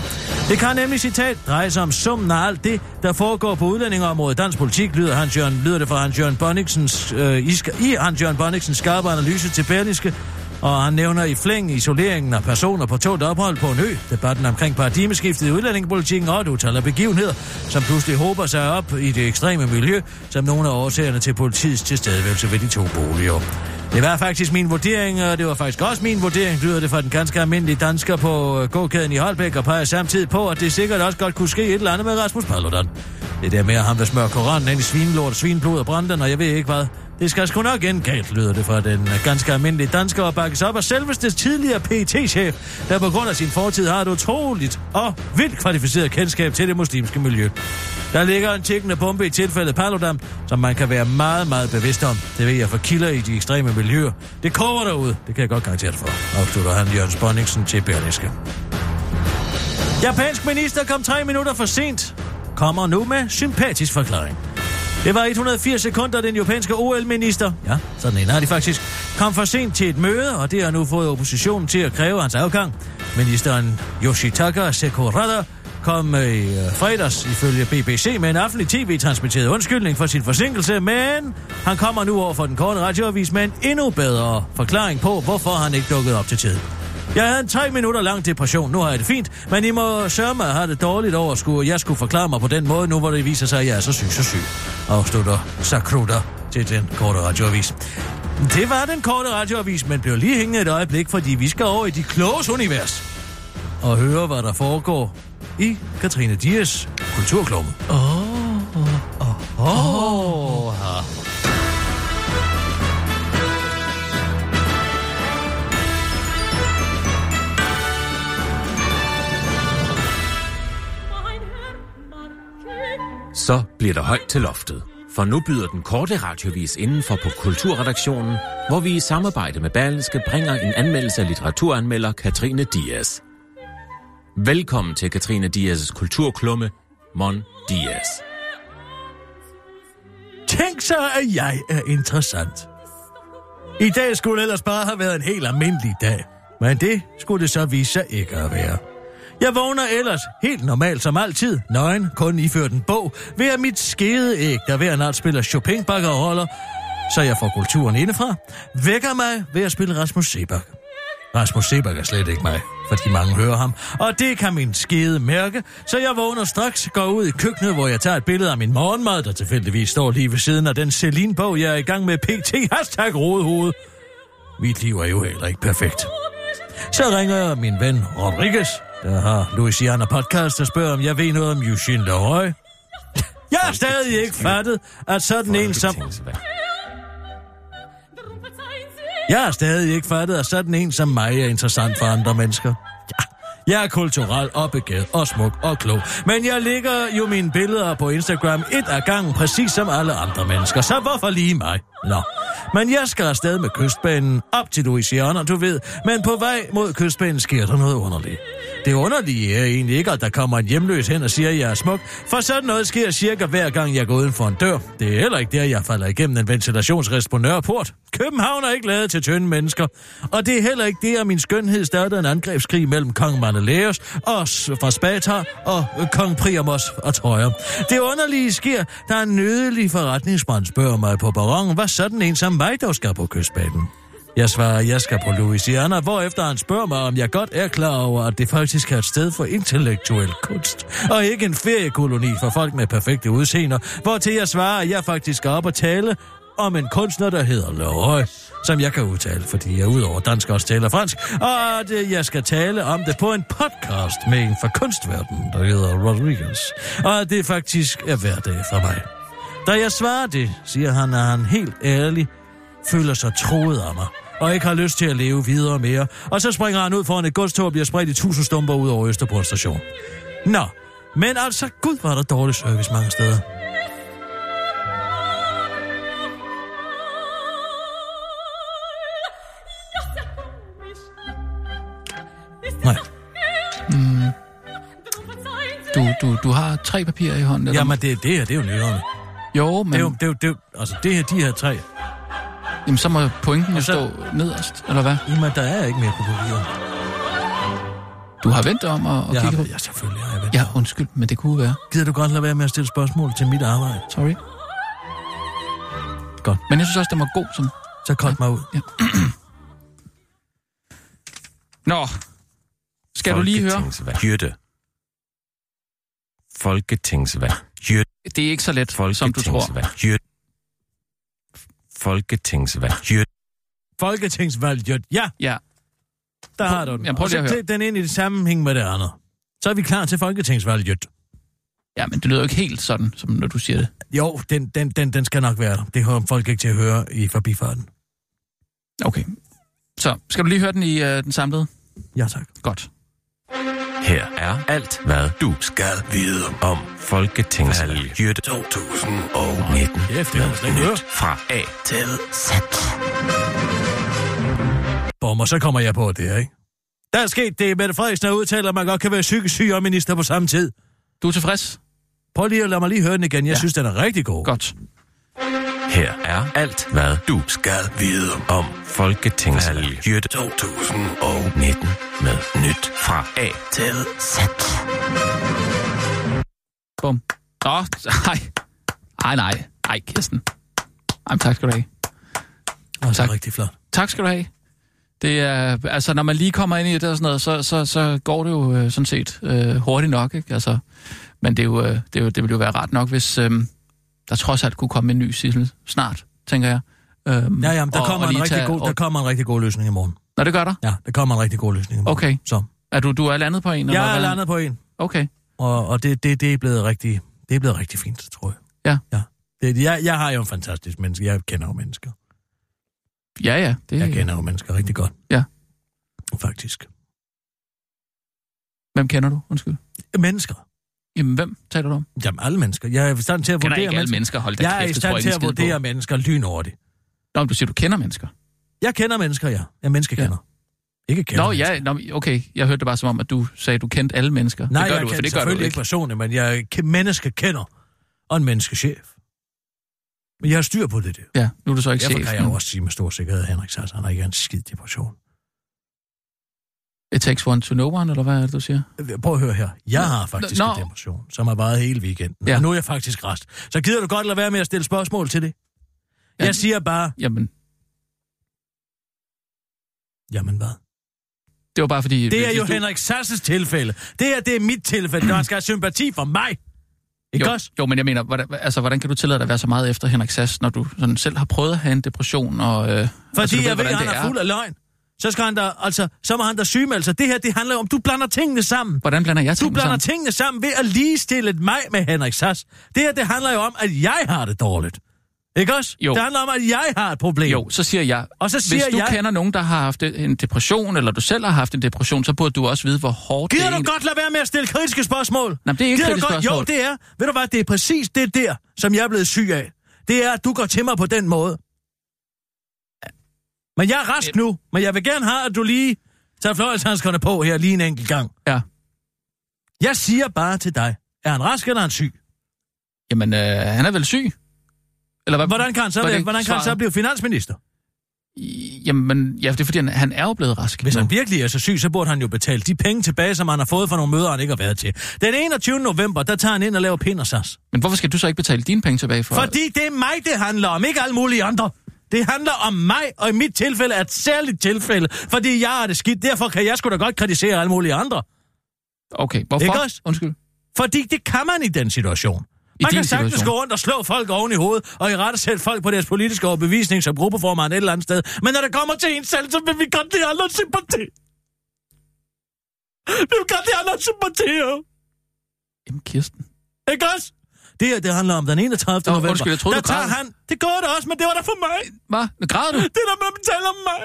S3: Det kan nemlig, citat, dreje sig om summen af alt det, der foregår på udlændingeområdet dansk politik, lyder, Hans Jørgen, lyder det fra Hans Jørgen Bonniksens, øh, i, sk- i Hans Jørgen Bonniksens skarpe analyse til Berlingske, Og han nævner i flæng isoleringen af personer på tålt ophold på en ø, debatten omkring paradigmeskiftet i udlændingepolitikken og et utal af begivenheder, som pludselig håber sig op i det ekstreme miljø, som nogle af årsagerne til politiets tilstedeværelse ved de to boliger. Det var faktisk min vurdering, og det var faktisk også min vurdering, lyder det fra den ganske almindelige dansker på øh, gågaden i Holbæk, og peger samtidig på, at det sikkert også godt kunne ske et eller andet med Rasmus Paludan. Det der med, at han vil smøre koranen ind i svinelort, svinblod og branden, og jeg ved ikke hvad. Det skal sgu nok ende galt, lyder det fra den øh, ganske almindelige dansker, og bakkes op af selveste tidligere pt chef der på grund af sin fortid har et utroligt og vildt kvalificeret kendskab til det muslimske miljø. Der ligger en tækkende bombe i tilfældet Paludan, som man kan være meget, meget bevidst om. Det ved jeg fra kilder i de ekstreme miljøer. Det koger derude, det kan jeg godt garantere dig for, afslutter han Jørgen Sponningsen til Berlingske. Japansk minister kom tre minutter for sent, kommer nu med sympatisk forklaring. Det var 180 sekunder, den japanske OL-minister, ja, sådan en har de faktisk, kom for sent til et møde, og det har nu fået oppositionen til at kræve hans afgang. Ministeren Yoshitaka Sekurada kom øh, i øh, fredags ifølge BBC med en offentlig tv-transmitteret undskyldning for sin forsinkelse, men han kommer nu over for den korte radioavis med en endnu bedre forklaring på, hvorfor han ikke dukkede op til tiden. Jeg havde en tre minutter lang depression, nu har jeg det fint, men I må sørge mig at have det dårligt over, at skulle, jeg skulle forklare mig på den måde, nu hvor det viser sig, at jeg er så syg, så syg. Afslutter Sakruta til den korte radioavis. Det var den korte radioavis, men blev lige hængende et øjeblik, fordi vi skal over i de kloges univers og høre, hvad der foregår i Katrine Dias kulturklumme. Åh, oh, åh, oh, oh.
S5: Så bliver der højt til loftet. For nu byder den korte radiovis indenfor på Kulturredaktionen, hvor vi i samarbejde med Berlingske bringer en anmeldelse af litteraturanmelder Katrine Dias. Velkommen til Katrine Dias' kulturklumme, Mon Dias.
S3: Tænk så, at jeg er interessant. I dag skulle ellers bare have været en helt almindelig dag. Men det skulle det så vise sig ikke at være. Jeg vågner ellers, helt normalt som altid, nøgen, kun iført en bog, ved at mit skede æg, der hver nat spiller chopin roller, så jeg får kulturen indefra, vækker mig ved at spille Rasmus Sebak. Rasmus Sebak er slet ikke mig, fordi mange hører ham, og det kan min skede mærke, så jeg vågner straks, går ud i køkkenet, hvor jeg tager et billede af min morgenmad, der tilfældigvis står lige ved siden af den Celine-bog, jeg er i gang med pt. Hashtag rodehoved. Mit liv er jo heller ikke perfekt. Så ringer jeg min ven Rodriguez, der har Louisiana Podcast, der spørger, om jeg ved noget om Eugene Leroy. Jeg har stadig ikke fattet, at sådan en som... Jeg har stadig ikke fattet, at sådan en som mig er interessant for andre mennesker. Ja, Jeg er kulturel og begavet og smuk og klog, men jeg lægger jo mine billeder på Instagram et af gangen, præcis som alle andre mennesker, så hvorfor lige mig? Nå. Men jeg skal afsted med kystbanen op til Louisiana, du ved, men på vej mod kystbanen sker der noget underligt. Det underlige er egentlig ikke, at der kommer en hjemløs hen og siger, at jeg er smuk, for sådan noget sker cirka hver gang, jeg går uden for en dør. Det er heller ikke der, jeg falder igennem en ventilationsrest på Nørreport. København er ikke lavet til tynde mennesker. Og det er heller ikke det, at min skønhed startede en angrebskrig mellem kong Maneleos og s- fra Sparta og øh, kong Priamos og Troja. Det underlige sker, da en nødelig forretningsmand spørger mig på baron, hvad sådan en som mig dog skal på kystbanen. Jeg svarer, jeg skal på Louisiana, hvorefter han spørger mig, om jeg godt er klar over, at det faktisk er et sted for intellektuel kunst, og ikke en feriekoloni for folk med perfekte udseender, hvortil jeg svarer, at jeg faktisk skal op og tale om en kunstner, der hedder Leroy, som jeg kan udtale, fordi jeg udover dansk også taler fransk, og at øh, jeg skal tale om det på en podcast med en fra kunstverdenen, der hedder Rodriguez, og at det faktisk er hverdag for mig. Da jeg svarer det, siger han, at han helt ærlig føler sig troet af mig og ikke har lyst til at leve videre mere. Og så springer han ud foran et godstog og bliver spredt i tusind stumper ud over Østerport station. Nå, men altså, gud var der dårlig service mange steder. Nej,
S2: Du, du, du har tre papirer i hånden. Eller?
S3: jamen det, det her, det er jo nyhederne.
S2: jo,
S3: Det
S2: men
S3: er jo, det er jo, det er jo, altså det her, de her tre.
S2: jamen, så må pointen jo
S3: Og så-
S2: stå nederst, eller hvad?
S3: Jamen, der er ikke mere på papiret.
S2: Du har vendt dig om og, og
S3: Jeg
S2: kigget på...
S3: har, ja, selvfølgelig har jeg ventet.
S2: Ja, undskyld, men det kunne være.
S3: Gider du godt lade være med at stille spørgsmål til mit arbejde?
S2: Sorry.
S3: Godt.
S2: Men jeg synes også, den var god som...
S3: Så kort mig ud.
S2: Ja. Nå, skal du lige høre?
S6: Folketingsvalg. Jytte. Folketingsvalg. Jytte.
S2: Det er ikke så let, som du tror.
S6: Folketingsvalg. Jytte. Folketingsvalg. Jytte.
S3: Folketingsvalg, Jyt. Ja,
S2: Ja, Prøv-
S3: der har du den.
S2: Jamen, prøv
S3: Og så
S2: lige at høre.
S3: klip den ind i det sammenhæng med det andet. Så er vi klar til Folketingsvalg, Jyt.
S2: ja, men det lyder jo ikke helt sådan, som når du siger det.
S3: Jo, den, den, den, den skal nok være der. Det hører folk ikke til at høre i forbifarten.
S2: Okay. Så, skal du lige høre den i øh, den samlede?
S3: Ja, tak.
S2: Godt.
S6: Her er alt, hvad du skal vide om Folketingsvalg. Jytte 2019.
S3: Kæft, det kan man slet ikke høre.
S6: Fra A til Z.
S3: Bom, og så kommer jeg på det her, ikke? Der er sket det, Mette Frederiksen har udtalt, at man godt kan være psykisk syg og minister på samme tid.
S2: Du er tilfreds?
S3: Prøv lige at lade mig lige høre den igen. Jeg ja. synes, den er rigtig god.
S2: Godt.
S6: Her er alt, hvad du skal vide om Folketingsvalg. Jytte 2019. Med nyt fra A til Z.
S2: Bum. Nå, nej. Ej, nej. Ej, Kirsten. Ej, men tak skal du have.
S3: Og så er
S2: Tak.
S3: det rigtig flot.
S2: Tak skal du have. Det er, altså, når man lige kommer ind i det og sådan noget, så, så, så går det jo øh, sådan set øh, hurtigt nok, ikke? Altså, men det, er jo, øh, det, er jo, det ville jo være ret nok, hvis øh, der trods alt kunne komme en ny Sissel snart, tænker jeg. Øhm,
S3: Ja, ja, men der,
S2: og-
S3: kommer,
S2: og
S3: en
S2: lige
S3: rigtig
S2: tage-
S3: god, der
S2: og-
S3: kommer en rigtig god løsning i morgen.
S2: Nå, det gør der?
S3: Ja, der kommer en rigtig god løsning i morgen.
S2: Okay.
S3: Så.
S2: Er du, du er landet på en? eller
S3: Jeg er
S2: hvad?
S3: landet på en,
S2: Okay.
S3: og, og det, det, det, er blevet rigtig, det er blevet rigtig fint, tror jeg.
S2: Ja.
S3: ja. Det, jeg, jeg har jo en fantastisk menneske. Jeg kender jo mennesker.
S2: Ja, ja. Det,
S3: Jeg kender jo mennesker rigtig godt.
S2: Ja.
S3: Faktisk.
S2: Hvem kender du? Undskyld.
S3: Mennesker.
S2: Jamen, hvem taler du om?
S3: Jamen, alle mennesker. Jeg er i stand til at
S2: Kender
S3: vurdere
S2: ikke alle mennesker. Hold da
S3: Jeg er i
S2: kæft, det tror
S3: stand
S2: jeg
S3: til
S2: ikke
S3: at
S2: en skid
S3: vurdere mennesker lynhurtigt.
S2: på. Nå, men du siger, du kender mennesker.
S3: Jeg kender mennesker, ja. Jeg mennesker kender. Ikke kender
S2: Nå,
S3: mennesker.
S2: ja, nå, okay. Jeg hørte det bare som om, at du sagde, at du kendte alle mennesker.
S3: Nej,
S2: det gør
S3: jeg
S2: du, for
S3: kender
S2: det gør du
S3: selvfølgelig
S2: jo
S3: ikke
S2: ikke.
S3: personligt, men jeg er ke- menneske kender og en menneskechef. Men jeg har styr på det der.
S2: Ja, nu er du så ikke
S3: Derfor
S2: chef.
S3: kan jeg jo
S2: men
S3: også sige med stor sikkerhed, at Henrik Sass, han har ikke en skid depression.
S2: It takes one to know one, eller hvad er det, du siger?
S3: Prøv at høre her. Jeg har faktisk
S2: nå.
S3: en depression, som har varet hele weekenden.
S2: Ja.
S3: Ja. Og nu er jeg faktisk rest. Så gider du godt lade være med at stille spørgsmål til det?
S2: Ja.
S3: Jeg siger bare,
S2: Jamen,
S3: jamen hvad?
S2: det var bare fordi...
S3: Det er
S2: hvis
S3: jo
S2: du-
S3: Henrik Sasses tilfælde. Det her, det er mit
S2: <clears throat>
S3: tilfælde. Der skal have sympati for mig. Ikke
S2: jo,
S3: også?
S2: jo, men jeg mener, hvordan, altså, hvordan kan du tillade dig at være så meget efter Henrik Sass, når du sådan selv har prøvet at have en depression? Og, øh,
S3: Fordi
S2: altså,
S3: altså,
S2: du
S3: jeg ved, at
S2: hvordan
S3: han
S2: det
S3: er fuld af løgn. Så skal han da, altså, så må han da sygemelde sig. Det her, det handler jo om, du blander tingene sammen.
S2: Hvordan blander jeg
S3: Du
S2: tingene
S3: blander
S2: sammen?
S3: tingene sammen ved at ligestille mig med Henrik Sass. Det her, det handler jo om, at jeg har det dårligt. Ikke også?
S2: Jo.
S3: Det handler om, at jeg har et problem.
S2: Jo, så siger jeg,
S3: Og så siger
S2: hvis du
S3: jeg-
S2: kender nogen, der har haft øh, en depression, eller du selv har haft en depression, så burde du også vide, hvor hårdt
S3: Gider
S2: det
S3: du
S2: egentlig-
S3: godt lade være med at stille kritiske spørgsmål?
S2: Jamen, det er ikke
S3: Gider du
S2: kritiske
S3: godt-
S2: spørgsmål.
S3: Jo, det er. Ved du hvad, det er præcis det der, som jeg er blevet syg af. Det er, at du går til mig på den måde. Men jeg er rask nu, men jeg vil gerne have, at du lige tager fløjelshandskerne på her lige en enkelt gang.
S2: Ja.
S3: Jeg siger bare til dig, er han rask eller er han syg?
S2: Jamen, øh, han er vel syg? Eller hvad?
S3: Hvordan kan han så,
S2: Var det
S3: være,
S2: ikke
S3: hvordan kan han så
S2: svaret?
S3: blive finansminister?
S2: Jamen, ja, det er fordi, han, han er jo blevet rask.
S3: Hvis
S2: nu.
S3: han virkelig er så syg, så burde han jo betale de penge tilbage, som han har fået fra nogle møder, han ikke har været til. Den 21. november, der tager han ind og laver pindersas.
S2: Men hvorfor skal du så ikke betale dine penge tilbage for?
S3: Fordi det er mig, det handler om, ikke alle mulige andre. Det handler om mig, og i mit tilfælde er et særligt tilfælde, fordi jeg er det skidt. Derfor kan jeg sgu da godt kritisere alle mulige andre.
S2: Okay, hvorfor?
S3: Ikke også?
S2: Undskyld.
S3: Fordi det kan man i den situation.
S2: I
S3: Man
S2: din
S3: kan sagtens
S2: situation.
S3: gå rundt og slå folk oven i hovedet, og i rette sætte folk på deres politiske overbevisning som gruppeformand et eller andet sted. Men når det kommer til en selv, så vil vi godt det andre sympati. Vi vil godt det andre sympati, jo.
S2: Jamen, Kirsten.
S3: Ikke også? Det her, det handler om den 31.
S2: Nå,
S3: november.
S2: undskyld, jeg troede,
S3: der
S2: du
S3: tager
S2: græd.
S3: han. Det går det også, men det var der for mig.
S2: Hvad? Nu græder du?
S3: Det er der, når man taler om mig.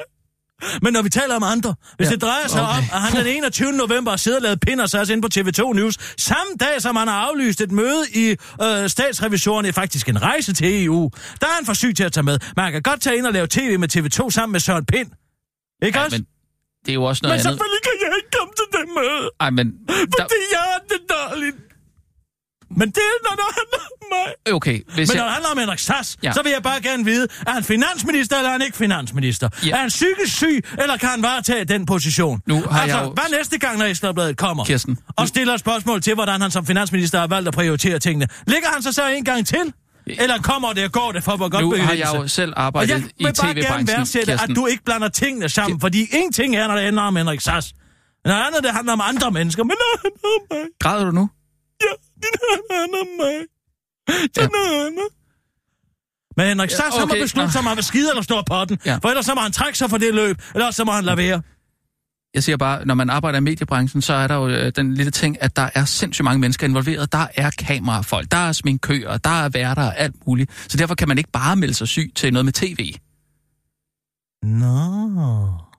S3: Men når vi taler om andre, hvis
S2: Ja,
S3: ja. det drejer sig
S2: okay.
S3: okay. om, at han den 21. november sidder og lavet pinder sig ind på TV2 News, samme dag som han har aflyst et møde i øh, statsrevisorerne, faktisk en rejse til EU, der er han for syg til at tage med. Man kan godt tage ind og lave tv med TV2 sammen med Søren Pind. Ikke ja, også?
S2: men
S3: Men,
S2: det er jo også noget
S3: men
S2: andet.
S3: selvfølgelig kan jeg ikke komme til det møde,
S2: Ej, men... Der,
S3: fordi jeg er det dårligt. Men det er, når det handler om mig.
S2: øh, okay, hvis
S3: Men når det
S2: jeg...
S3: handler om Henrik Sass,
S2: Ja.
S3: ja. så vil jeg bare gerne vide, er han finansminister, eller er han ikke finansminister?
S2: Ja.
S3: Ja. Er han psykisk syg, eller kan han varetage den position?
S2: Nu har
S3: altså,
S2: jeg jo-
S3: hvad næste gang, når Ekstrabladet kommer?
S2: Kirsten, nu-
S3: Og stiller et spørgsmål til, hvordan han som finansminister har valgt at prioritere tingene. Ligger han sig så en gang til? Eller kommer det og går det for, hvor godt
S2: nu har
S3: begrænset?
S2: jeg jo selv
S3: Og
S2: arbejdet
S3: jeg
S2: i
S3: vil bare gerne
S2: tv-branchen,
S3: værdsætte, at
S2: Kirsten.
S3: du ikke blander tingene sammen, fordi en ting er, når det handler om Henrik Sass. Noget andet, det handler om andre mennesker, men når det handler om mig,
S2: Græder du nu?
S3: ja, det handler om mig. Det
S2: Ja.
S3: handler Men Henrik Sass, okay, han må
S2: okay,
S3: beslutte
S2: nå.
S3: sig, om han vil skide eller stå på den,
S2: Ja.
S3: for ellers så må han trække sig fra det løb, eller også så må han lade være.
S2: Jeg siger bare, når man arbejder i mediebranchen, så er der jo øh, den lille ting, at der er sindssygt mange mennesker involveret. Der er kamerafolk, der er sminkører, der er værter og alt muligt. Så derfor kan man ikke bare melde sig syg til noget med tv.
S3: Nå.